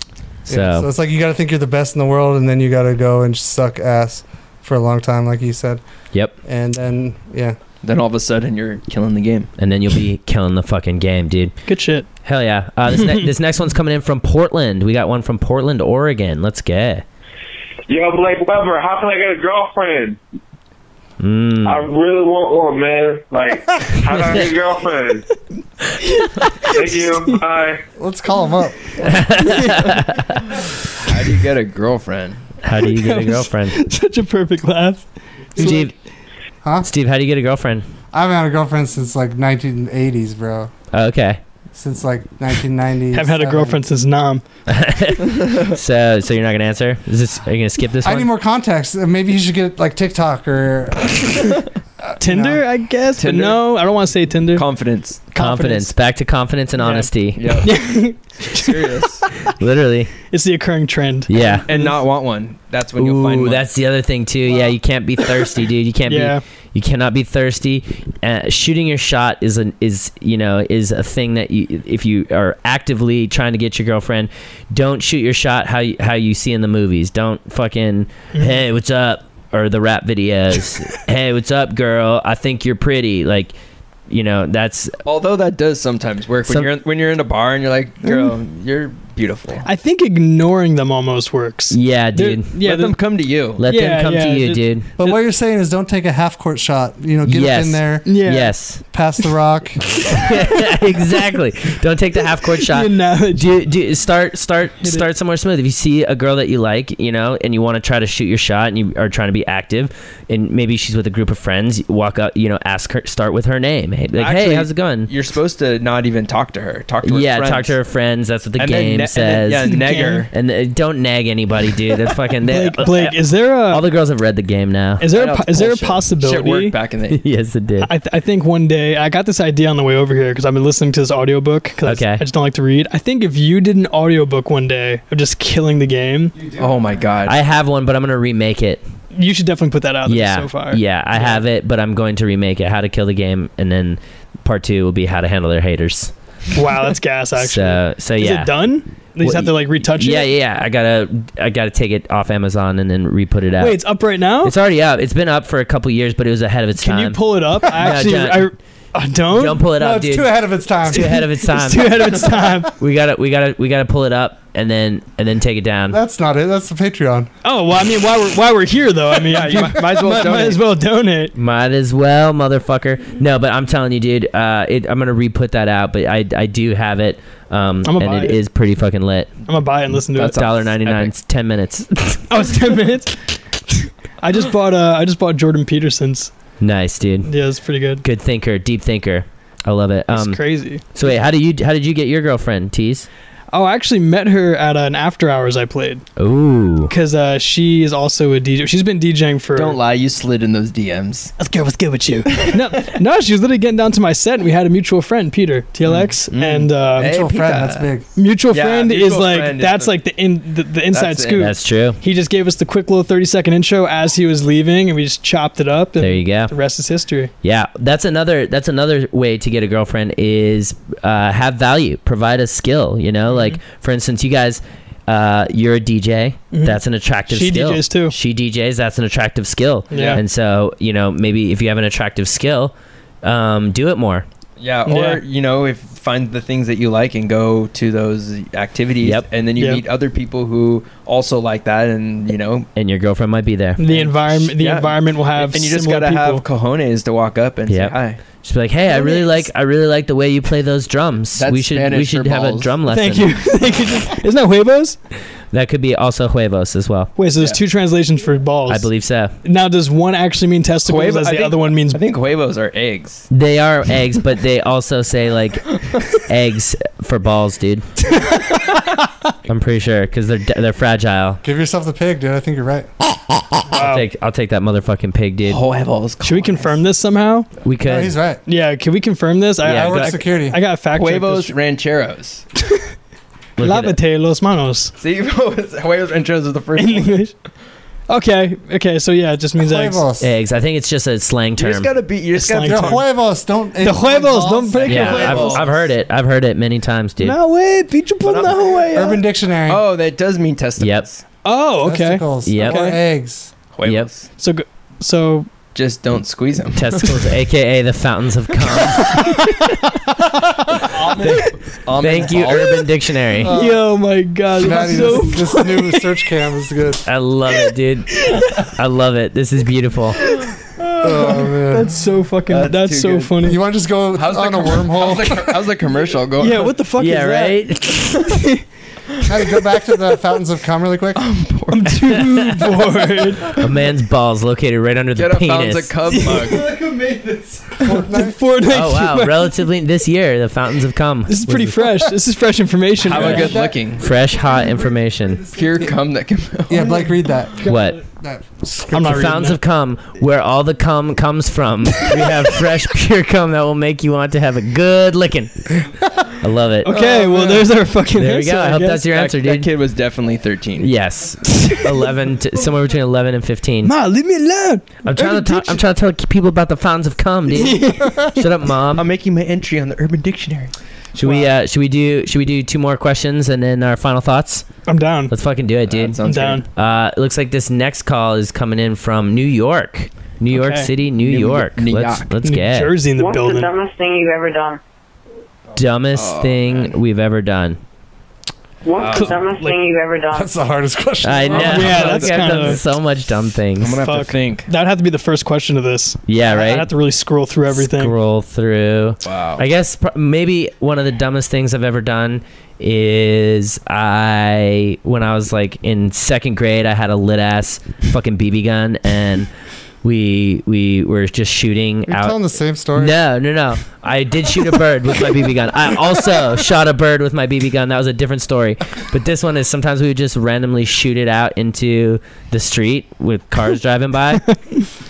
so, Yeah, so it's like you got to think you're the best in the world, and then you got to go and suck ass for a long time, like you said. Yep. And then yeah, Then all of a sudden you're killing the game. and then you'll be killing the fucking game dude Good shit. hell yeah uh, this, ne- this next one's coming in from portland we got one from portland oregon let's go Yo, Blake Weber, how can I get a girlfriend? mm. I really want one, man. Like, how can I get a girlfriend? Thank you. Bye. let's call him up. How do you get a girlfriend? How do you get a girlfriend? Such a perfect laugh. Steve. Huh? Steve, how do you get a girlfriend? I've had a girlfriend since like 1980s, bro. Oh, okay. since like 1990. Haven't had a girlfriend since Nam. so, so you're not gonna answer? Is this? Are you gonna skip this I one? need more context. Uh, Maybe you should get like TikTok or Tinder, I guess. But no, I don't want to say Tinder. Confidence. confidence. Back to confidence and honesty. Serious. Literally. It's the occurring trend. Yeah. and not want one. That's when you'll find Ooh, one. that's the other thing too. Yeah, you can't be thirsty, dude. You can't Yeah. be. You cannot be thirsty. Uh, shooting your shot is an is you know is a thing that you if you are actively trying to get your girlfriend, don't shoot your shot how you, how you see in the movies. Don't fucking Mm-hmm. hey what's up or the rap videos. hey what's up girl? I think you're pretty. Like, you know that's Although that does sometimes work when Some- Mm. you're in, when you're in a bar and you're like, girl, you're beautiful. I think ignoring them almost works. Yeah, They're- dude. yeah, Let them come to you. Let them come to you, dude. But what you're saying is don't take a half court shot. You know, get yes. up in there. Yes. Pass the rock. exactly. Don't take the half court shot. Do, do start start start somewhere smooth. If you see a girl that you like, you know, and you want to try to shoot your shot, and you are trying to be active, and maybe she's with a group of friends, you walk up, you know, ask her, start with her name. Hey, like, hey, Actually, how's it going? You're supposed to not even talk to her. Talk to her. Yeah, friends. talk to her friends. That's what the And then game ne- and then- says. yeah, The nag her. game. And uh, don't nag anybody, dude. That's fucking. they- Blake, Blake, is there uh, a all the girls have read the game now. Is there a po- is there a possibility? yes, it did. I, th- I think one day I got this idea on the way over here because I've been listening to this audiobook because I, just don't like to read. I think if you did an audiobook one day of just killing the game, oh my god, I have one, but I'm gonna remake it. you should definitely put Oh, that out there yeah, so far. Yeah, I have it, but I'm going to remake it. How to kill the game, and then part two will be how to handle their haters. Wow, that's gas actually. So, so Is yeah. it done? They just Well, have to like retouch yeah, it. yeah, yeah. I gotta, I gotta take it off Amazon and then re-put it out. Wait, it's up right now. It's already up. It's been up for a couple years, but it was ahead of its Can time. you pull it up? I No, actually, don't. I, I don't. Don't pull it No, up, it's dude. too ahead of its time. It's too ahead of its time. It's too ahead of its time. we gotta, we gotta, we gotta pull it up and then and then take it down. That's not it. That's the Patreon. Oh well, I mean, why we're why we're here though? I mean, yeah, you might, as well might donate. as well donate. Might as well, motherfucker. No, but I'm telling you, dude. Uh, it, I'm gonna re-put that out, but I, I do have it, um, I'ma and buy it it. is pretty fucking lit. I'm gonna buy it and listen to That's it. dollar ninety nine. It's ten minutes. Oh, it's ten minutes. I just bought uh, I just bought Jordan Peterson's. nice, dude. Yeah, it's pretty good. Good thinker, deep thinker. I love it. Um, Um, It's crazy. So wait, how do you how did you get your girlfriend, Tease? Oh, I actually met her at an after hours I played Ooh. because uh, she is also a DJ. She's been DJing for. Don't lie, you slid in those DMs. Let's go. What's good with you? no, no, she was literally getting down to my set, and we had a mutual friend, Peter TLX, Mm, and uh, Mutual friend. That's big. Mutual Yeah, friend mutual is like friend is that's the- like the in the, the inside That's it. scoop. That's true. He just gave us the quick little thirty second intro as he was leaving, and we just chopped it up. And There you go. The rest is history. Yeah, that's another that's another way to get a girlfriend is uh, have value, provide a skill. You know, Mm-hmm. like for instance, you guys, uh, you're a DJ. Mhm. That's an attractive. She skill. DJs too. She DJs. That's an attractive skill. Yeah. And so you know maybe if you have an attractive skill, um, do it more. Yeah, or Yeah. you know, if find the things that you like and go to those activities, Yep. and then you Yep. meet other people who also like that, and you know, And your girlfriend might be there. The environment, the Yeah. environment will have. and you just similar gotta have people. cojones to walk up and Yep. say hi. Just be like, hey, I really like I really like the way you play those drums. That's we should we Spanish for should have a balls. drum lesson. Thank you. Thank you. Isn't that huevos? That could be also huevos as well. Wait, so there's two translations for balls. I believe so. Now, does one actually mean testicles? Huevo- as I the think- other one means. I think huevos are eggs. They are eggs, but they also say like eggs for balls, dude. I'm pretty sure because they're they're fragile. Give yourself the pig, dude. I think you're right. I'll take I'll take that motherfucking pig, dude. Oh, Huevos. Should we confirm this somehow? We could. right. Yeah, can we confirm this? Yeah, I work got- security. I got a fact check. Huevos this. rancheros. Look at it. Lávate los manos. See, huevos rancheros is the first In one. English. Okay. Okay. So yeah, it just means eggs. Huevos. Eggs. I think it's just a slang You term. just gotta be. You just gotta. Slang The term. huevos. Don't. The huevos. Don't break yeah, your I've, huevos. I've heard it. I've heard it many times, dude. No way, bicho por la huella. Urban Dictionary. Oh, that does mean testicles. Oh, okay. Testicles. Yep. Or Okay. eggs. Huevos. So go- so Just don't squeeze them. Testicles, aka the fountains of cum. Thank you, Urban Dictionary. yo, my God, Maddie, that's so this, this new search cam is good. I love it, dude. I love it. This is beautiful. Oh man. that's so fucking that's, too so good. funny. You want to just go How's the on a com- wormhole? How's the, how's the commercial going? yeah, what the fuck? yeah, is right. That? How to go back to the fountains of cum really quick? I'm, too bored. A man's balls located right under Get the a fountains penis. of cum mug. Look who made this. Oh wow! Relatively this year, the fountains of cum. This is pretty fresh. This is fresh information. How right? good looking. Fresh, hot information. Pure cum that can. Yeah, Blake, read that. What? That I'm not fountains of cum, where all the cum comes from. We have fresh, pure cum that will make you want to have a good licking. I love it. Okay, well, there's our fucking Oh, There we answer. go. I hope guess. that's your That- answer, that dude. kid was definitely 13. Yes, eleven, to, somewhere between eleven and fifteen. Ma, Ah, leave me alone. I'm trying to talk, I'm trying to tell people about the fountains of cum, dude. Shut up, mom. I'm making my entry on the Urban Dictionary. Should we uh, should we do should we do two more questions and then our final thoughts? I'm down. Let's fucking do it, dude. I'm Sounds down. Uh, it looks like this next call is coming in from New York, New York Okay. City, New, New- York. New let's York. let's New get it. Jersey in the What's the building. dumbest thing you've ever done? dumbest Oh, thing we've ever done. What's the Uh, dumbest like- thing you've ever done? That's the hardest question. I know. Oh, yeah, that's I've done kinda- so much dumb I'm things. gonna have Fuck. to think. That'd have to be the first question of this. Yeah, I'd right. have to really scroll through everything. Scroll through. Wow. I guess pr- maybe one of the dumbest things I've ever done is I when I was like in second grade I had a lit ass fucking BB gun and we we were just shooting You're out telling the same story. No, no, no. I did shoot a bird with my BB gun. I also shot a bird with my BB gun. That was a different story. But this one is sometimes we would just randomly shoot it out into the street with cars driving by.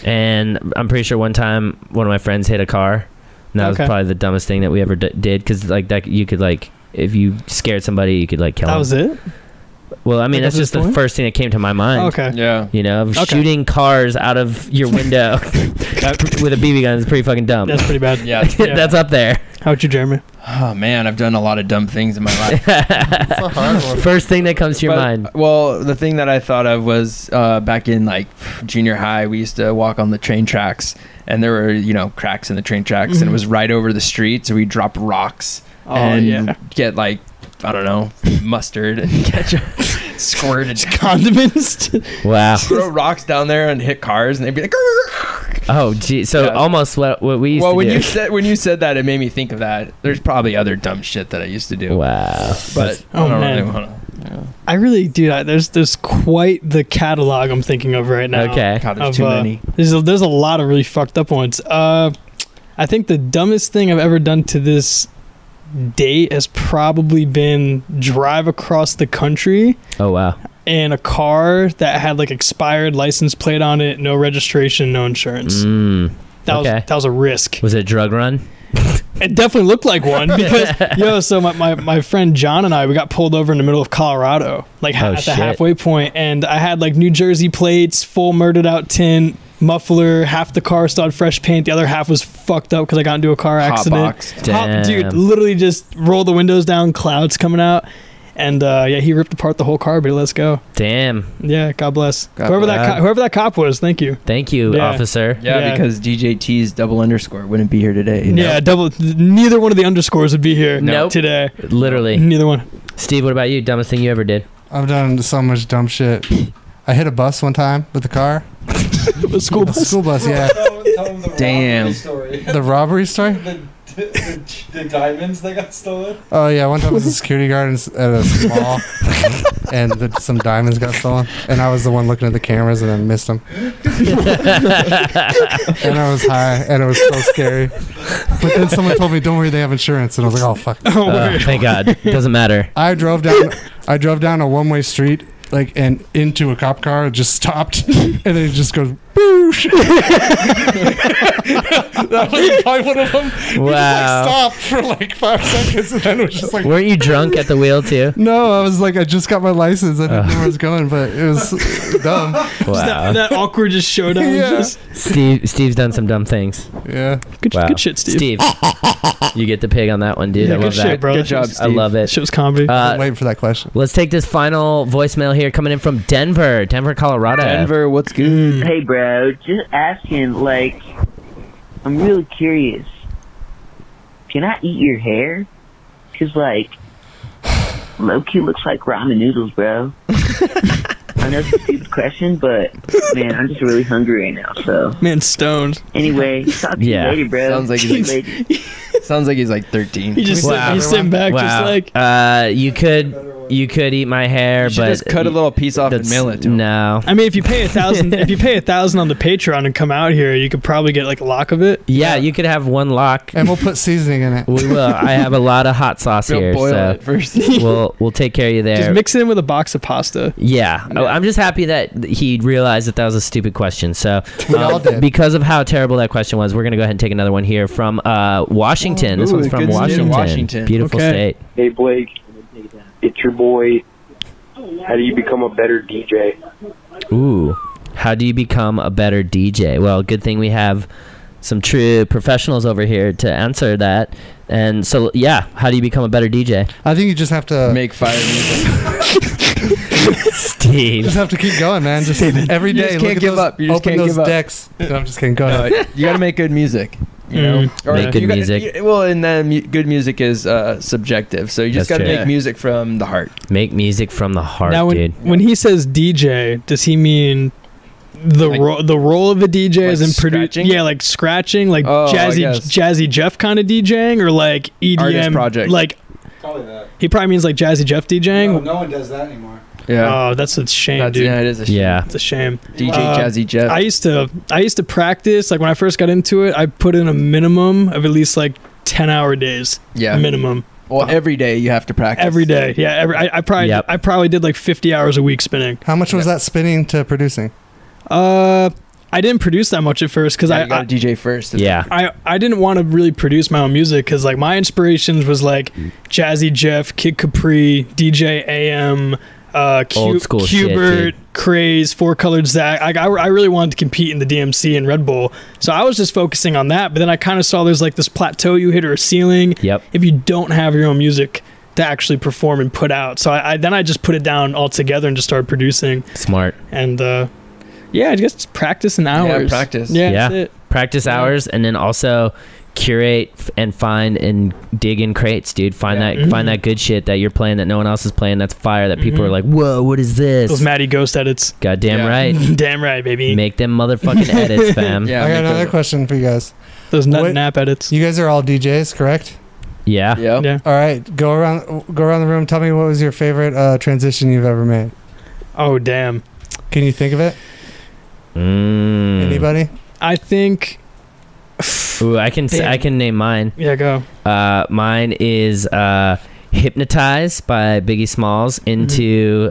And I'm pretty sure one time one of my friends hit a car. And that Okay. was probably the dumbest thing that we ever d- did because like that you could like if you scared somebody you could like kill That them. was it. well, I mean That that's was just the the story? first thing that came to my mind. Okay. Yeah. You know, of Okay. shooting cars out of your window with a BB gun is pretty fucking dumb. That's pretty bad. Yeah. that's up there. How about you, Jeremy? Oh man, I've done a lot of dumb things in my life. It's a hard one. First thing that comes to your But- uh, mind. Well, the thing that I thought of was uh, back in like junior high, we used to walk on the train tracks, and there were you know cracks in the train tracks, Mm-hmm. and it was right over the street, so we drop rocks Oh, and yeah. get like I don't know mustard and ketchup squirted. Condiments. Wow. Throw rocks down there and hit cars, and they'd be like. "Grr." Oh, gee. So Yeah. almost what what we used Well, to when do. you said when you said that, it made me think of that. There's probably other dumb shit that I used to do, wow. but Oh, I don't man. really want to. I really, dude. I, there's there's quite the catalog I'm thinking of right now. Okay. God, there's Of, too uh, many. There's a, there's a lot of really fucked up ones. Uh, I think the dumbest thing I've ever done to this date has probably been drive across the country Oh wow. in a car that had like expired license plate on it, no registration, no insurance. Mm. That okay. was that was a risk. Was it a drug run? It definitely looked like one because yo. So my, my my friend John and I we got pulled over in the middle of Colorado, like ha- Oh, at the shit. halfway point, and I had like New Jersey plates, full murdered out tint, muffler, half the car still had fresh paint, the other half was fucked up because I got into a car accident. Hotboxed. Damn. dude, literally just roll the windows down, clouds coming out, and uh, yeah, he ripped apart the whole car, but he let us go. Damn. Yeah, God bless God whoever bless. that co- whoever that cop was. Thank you. Thank you, Yeah. officer. Yeah, Yeah. because DJT's double underscore wouldn't be here today. you know? Yeah, double. Neither one of the underscores would be here Nope. today. Literally. Neither one. Steve, what about you? Dumbest thing you ever did? I've done so much dumb shit. I hit a bus one time with the car. A school A bus. school bus, yeah. Damn. The robbery story? the diamonds that got stolen. Oh yeah, one time I was a security guard in s- at a mall, and the, some diamonds got stolen, and I was the one looking at the cameras, and I missed them. and I was high, and it was so scary. But then someone told me, "Don't worry, they have insurance," and I was like, "Oh fuck." Oh, Oh, word. thank God. Doesn't matter. I drove down. I drove down a one-way street, like, and into a cop car. It just stopped, and then it just goes. Boosh. that was probably one of them. It just, like, Wow. stopped for like five seconds, and then it was just like. Weren't you drunk at the wheel too? No, I was like, I just got my license. I didn't know where I was going, but it was dumb. Wow. that, that awkward just showdown. Yeah. Just, Steve Steve's done some dumb things. Yeah. good, Wow. good shit, Steve. Steve. you get the pig on that one, dude. Yeah, I good love shit, that. bro. Good job, I Steve. love That it. shit was comedy. Uh, I'm waiting for that question. Let's take this final voicemail here coming in from Denver, Denver, Colorado. Denver, what's good? Hey, bro, just asking, like, I'm really curious. Can I eat your hair? 'Cause like, Loki looks like ramen noodles, bro. I know it's a stupid question, but, man, I'm just really hungry right now, so. Man, stoned. Anyway, talk to Yeah. you later, bro. Sounds like he's- Later. Sounds like he's like 13. He just Wow. sit, he's sitting back, just like uh, you could you could eat my hair, You should but just cut a little piece off and mail it to 'em. No, I mean, if you pay a thousand, if you pay a thousand on the Patreon and come out here, you could probably get like a lock of it. Yeah, you could have one lock, and we'll put seasoning in it. we will. I have a lot of hot sauce We'll here, boil so it first. we'll we'll take care of you there. Just mix it in with a box of pasta. Yeah, Oh, I'm just happy that he realized that that was a stupid question. So um, We all did. because of how terrible that question was, we're gonna go ahead and take another one here from uh, Washington. this Ooh, one's good from state of Washington. Washington. beautiful Okay. state. Hey Blake, it's your boy. How do you become a better DJ? Ooh, how do you become a better DJ? Well, good thing we have some true professionals over here to answer that. And so, yeah, how do you become a better DJ? I think you just have to make fire music. Steve. just have to keep going, man. Just every You day. just look can't at give those- up. You just open can't those give up. decks. No, I'm just kidding. Go No, ahead. you got to make good music. You know, Mm. Make good you gotta- music. you- well, and then mu- good music is uh, subjective, so you just That's got to true. make Yeah. music from the heart. Make music from the heart, now, when dude. when he says DJ, does he mean the ro- the role of a DJ is in producing? Yeah, like scratching, like Oh, I jazzy guess. jazzy Jeff kind of DJing, or like EDM Artist project. Like Probably that. he probably means like jazzy Jeff DJing. No, no one does that anymore. Oh, that's a shame, That's- dude. yeah, it is a shame. Yeah. It's a shame. DJ Jazzy Jeff. I used to I used to practice like when I first got into it. I put in a minimum of at least like ten hour days. Yeah. minimum. Well, every day you have to practice. Every day, yeah. Every, I, I probably I probably did like fifty hours a week spinning. How much was that spinning to producing? Uh, I didn't produce that much at first because Yeah, I, you gotta I DJ first. I, I didn't want to really produce my own music because like my inspirations was like Mm. Jazzy Jeff, Kid Capri, DJ AM, uh, Q, Old school shit, Cubert, dude. Craze, Four Colored Zach. Like I, I really wanted to compete in the DMC and Red Bull, so I was just focusing on that. But then I kind of saw there's like this plateau you hit or a ceiling. Yep. If you don't have your own music to actually perform and put out, so I, I then I just put it down altogether and just started producing. Smart. And uh, yeah, I guess just practice an hours. Yeah, that's it. Practice hours, and then also curate f- and find and dig in crates, dude. Find that find that good shit that you're playing that no one else is playing. That's fire that people Mhm. are like, whoa, what is this? Those Maddie Ghost edits. God damn right. Damn right, baby. Make them motherfucking edits, fam. I got another question for you guys. Those nut and app edits. You guys are all DJs, correct? Yeah. Yeah. All right, go around go around the room. Tell me what was your favorite uh, transition you've ever made. Oh damn. Can you think of it? Hmm. Anybody? I think. Mm. Ooh, I can s Damn. I can name mine. Yeah, go. Uh, mine is uh, "Hypnotized" by Biggie Smalls into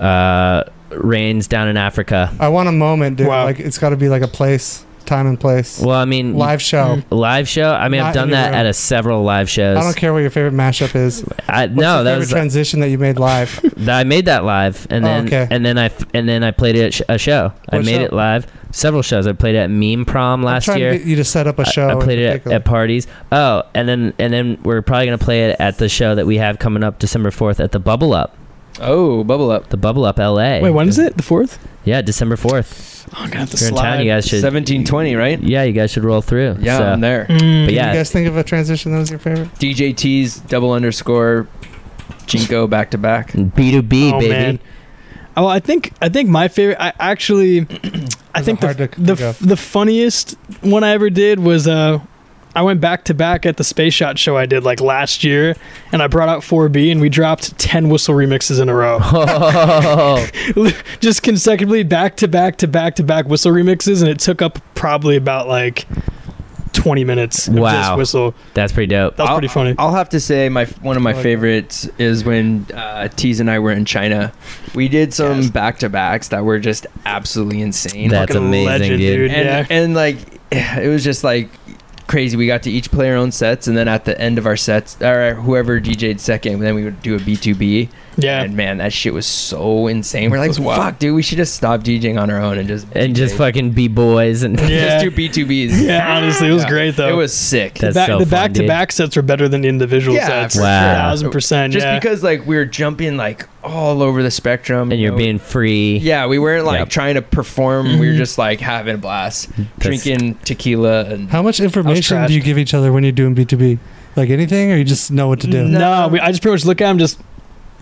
um, uh, "Rains Down in Africa." I want a moment, dude. Like it's got to be like a place, time and place. Well, I mean, Live show. Live show. I mean, Not I've done in your that room. at a several live shows. I don't care what your favorite mashup is. I- What's no, your that favorite was uh, transition that you made live. that I made that live, and Oh, then okay. and then I f- and then I played it at sh- a show. I What made show? it live. Several shows. I played it at Meme Prom I'm last trying year. to get you to set up a I- show. I, in played it at, particular. at parties. Oh, and then and then we're probably gonna play it at the show that we have coming up December fourth at the Bubble Up. Oh, Bubble Up. The Bubble Up, L.A. Wait, when is it? The fourth? Yeah, December fourth. Oh, I'm gonna have to If you're in slide. town, you guys should seventeen twenty, right? Yeah, you guys should roll through. Yeah, So- I'm there. Hmm. But Can yeah, you guys think of a transition that was your favorite? DJT's double underscore Jinko back to back. B two B, Oh, man. Oh, I think I think my favorite. I actually, I think the the, f- the funniest one I ever did was uh, I went back to back at the Space Shot show I did like last year, and I brought out 4B and we dropped 10 whistle remixes in a row. Just consecutively back to back to back to back whistle remixes, and it took up probably about like 20 minutes. Of Wow. Just whistle. That's pretty dope. That's pretty funny. I'll have to say my one of my I like that. favorites is when uh, Tease and I were in China. We did some back to backs that were just absolutely insane. That's Fucking amazing, legend, dude. dude, And, yeah. and like it was just like crazy. We got to each play our own sets, and then at the end of our sets, or whoever DJ'd second, then we would do a B two B. Yeah. And man, that shit was so insane. We're It like, was wild. fuck, dude, we should just stop DJing on our own and just and just DJ. fucking be boys and just do B two Bs. Yeah, honestly, it was great though. It was sick. The back- the back to back sets were better than the individual sets. for A sure. thousand percent. Just yeah. because like we were jumping like all over the spectrum, and you're being free. yeah, we weren't like Yep. trying to perform. We were just like having a blast, drinking tequila and How much information do you give each other when you're doing B2B? Like anything, or you just know what to do? No, we, I just pretty much look at him just.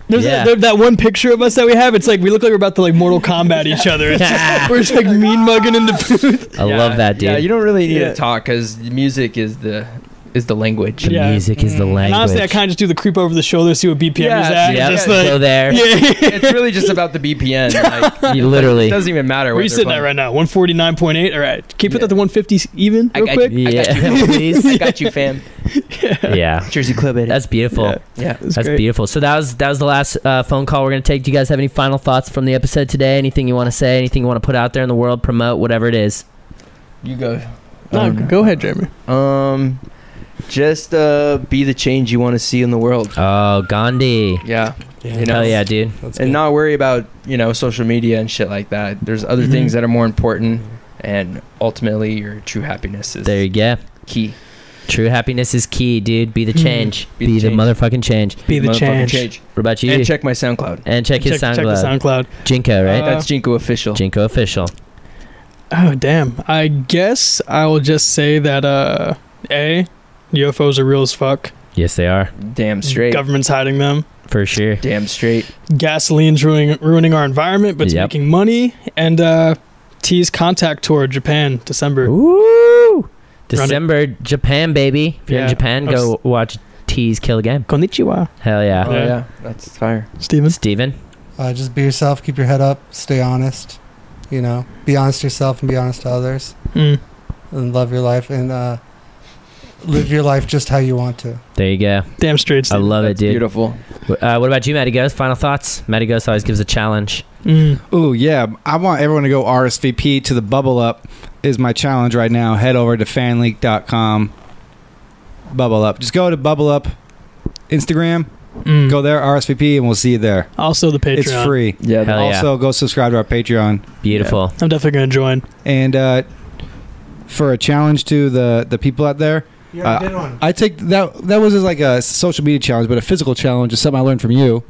There's Yeah. that, there- that one picture of us that we have. It's like we look like we're about to like Mortal Kombat each other. It's just, we're just like mean mugging in the booth. I love that, dude. Yeah, you don't really need Yeah. to talk because music is the is the language. The music is the And language. Mm. honestly, I kind of just do the creep over the shoulder, see what BPM is at. yeah, just yeah, like, go there. Yeah. it's really just about the BPN. Like, You literally- it doesn't even matter. Where you sitting at right now? 149.8? All right. Can you put that to 150 even real I got quick? you. I got you, please. I got you, fam. yeah. Jersey Club. Baby. That's beautiful. Yeah, Yeah. that's, That's great. beautiful. So that was that was the last uh, phone call we're gonna take. Do you guys have any final thoughts from the episode today? Anything you want to say? Anything you want to put out there in the world? Promote whatever it is. You Oh, go. No, go ahead, Jeremy. Um, just uh, be the change you want to see in the world. Oh, Gandhi. Yeah. Yeah. Hell yeah, dude. That's And good. not worry about you know social media and shit like that. There's other Mhm. things that are more important, and ultimately your true happiness is There you go. Key. True happiness is key, dude. Be the Mhm. change. Be, Be the the, change. motherfucking change. Be the Motherfucking change. What about you? And check my SoundCloud. And check his Check- SoundCloud. check the SoundCloud. Jinko, right? Uh, Uh-huh. That's Jinko official. Jinko official. Oh damn! I guess I will just say that uh, a UFOs are real as fuck. Yes, they are Damn straight. Government's hiding them. for sure. Damn straight. Gasoline's ruining ruining our environment, but it's Yep. making money. And uh, T's contact tour Japan December. Run Ooh, it. December, Japan, baby. If you're in Yeah. Japan, I go watch Tease Kill a Game. Konnichiwa. Hell yeah. Oh yeah, that's fire. Steven. Steven. Uh, just be yourself. Keep your head up. Stay honest. You know, be honest to yourself and be honest to others. Mm. And love your life and uh, live your life just how you want to. There you go. Damn straight. I Steven. love it, dude. Beautiful. Uh, what about you, Matty Ghost? Final thoughts? Matty Ghost always gives a challenge. Mm. Oh yeah, I want everyone to go RSVP to the bubble up is my challenge right now. Head over to fanleak.com. Bubble up. Just go to bubble up Instagram. Mm. Go there RSVP and we'll see you there. Also the Patreon. It's free. Yeah. Hell yeah. also go subscribe to our Patreon Beautiful. I'm definitely gonna join. and uh, for a challenge to the the people out there. You already Uh, I take that that was just like a social media challenge, but a physical challenge is something I learned from you.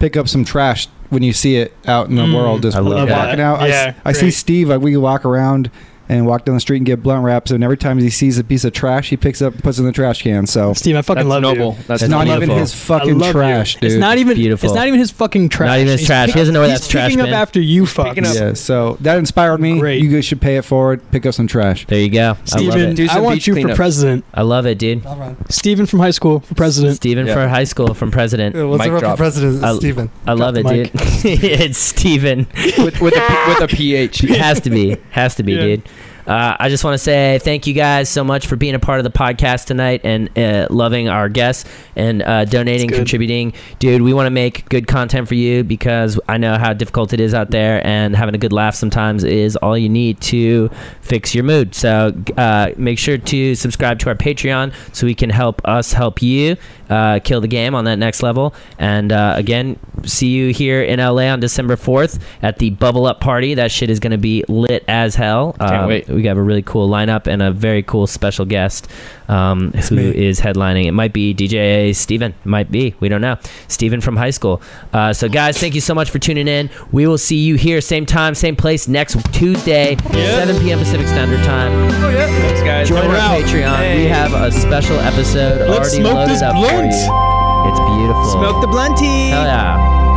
Pick up some trash when you see it out in the Mm. world. Just I love when you're that. walking out. I s- Yeah, I, see great. Steve. Like we walk around and walk down the street and get blunt wraps, and every time he sees a piece of trash, he picks it up, and puts it in the trash can. So Steve, I fucking That's love noble. you. That's, it's not beautiful. even his I fucking love you. trash, dude. It's not even Beautiful. It's not even his fucking trash. Not even his He's trash. He pick- doesn't know where that's he's trash picking bin. up after you, fuck. up- yeah, so that inspired me. Great. You guys should pay it forward. Pick up some trash. There you go. I love Steven, it. Do I, some want beach you for cleanup. president. I love it, dude. I'll run. Steven from high school for president. Steven Yeah. for high school from president. Yeah, what's Mic the rep for drop. president? I- It's Steven. I love it, the dude. mic. it's Steven. with with a, P- with a ph. It has to be. Has to be, Yeah. dude. Uh, I just want to say thank you guys so much for being a part of the podcast tonight and uh, loving our guests and uh, donating, It's good. contributing. Dude, we want to make good content for you because I know how difficult it is out there, and having a good laugh sometimes is all you need to fix your mood. So uh, make sure to subscribe to our Patreon so we can help us help you uh, kill the game on that next level. And uh, again, see you here in LA on December 4th at the Bubble Up Party. That shit is going to be lit as hell. Um, Can't wait. We have a really cool lineup and a very cool special guest um, who is me. headlining. It might be DJ Steven. It might be. We don't know. Steven from high school. Uh, so, guys, thank you so much for tuning in. We will see you here, same time, same place, next Tuesday, 7 p.m. Pacific Standard Time. Thanks, guys. Join We're our out. Patreon. We Hey. have a special episode Let's already smoke loaded this up for blunt. you. It's beautiful. the blunty. Hell yeah.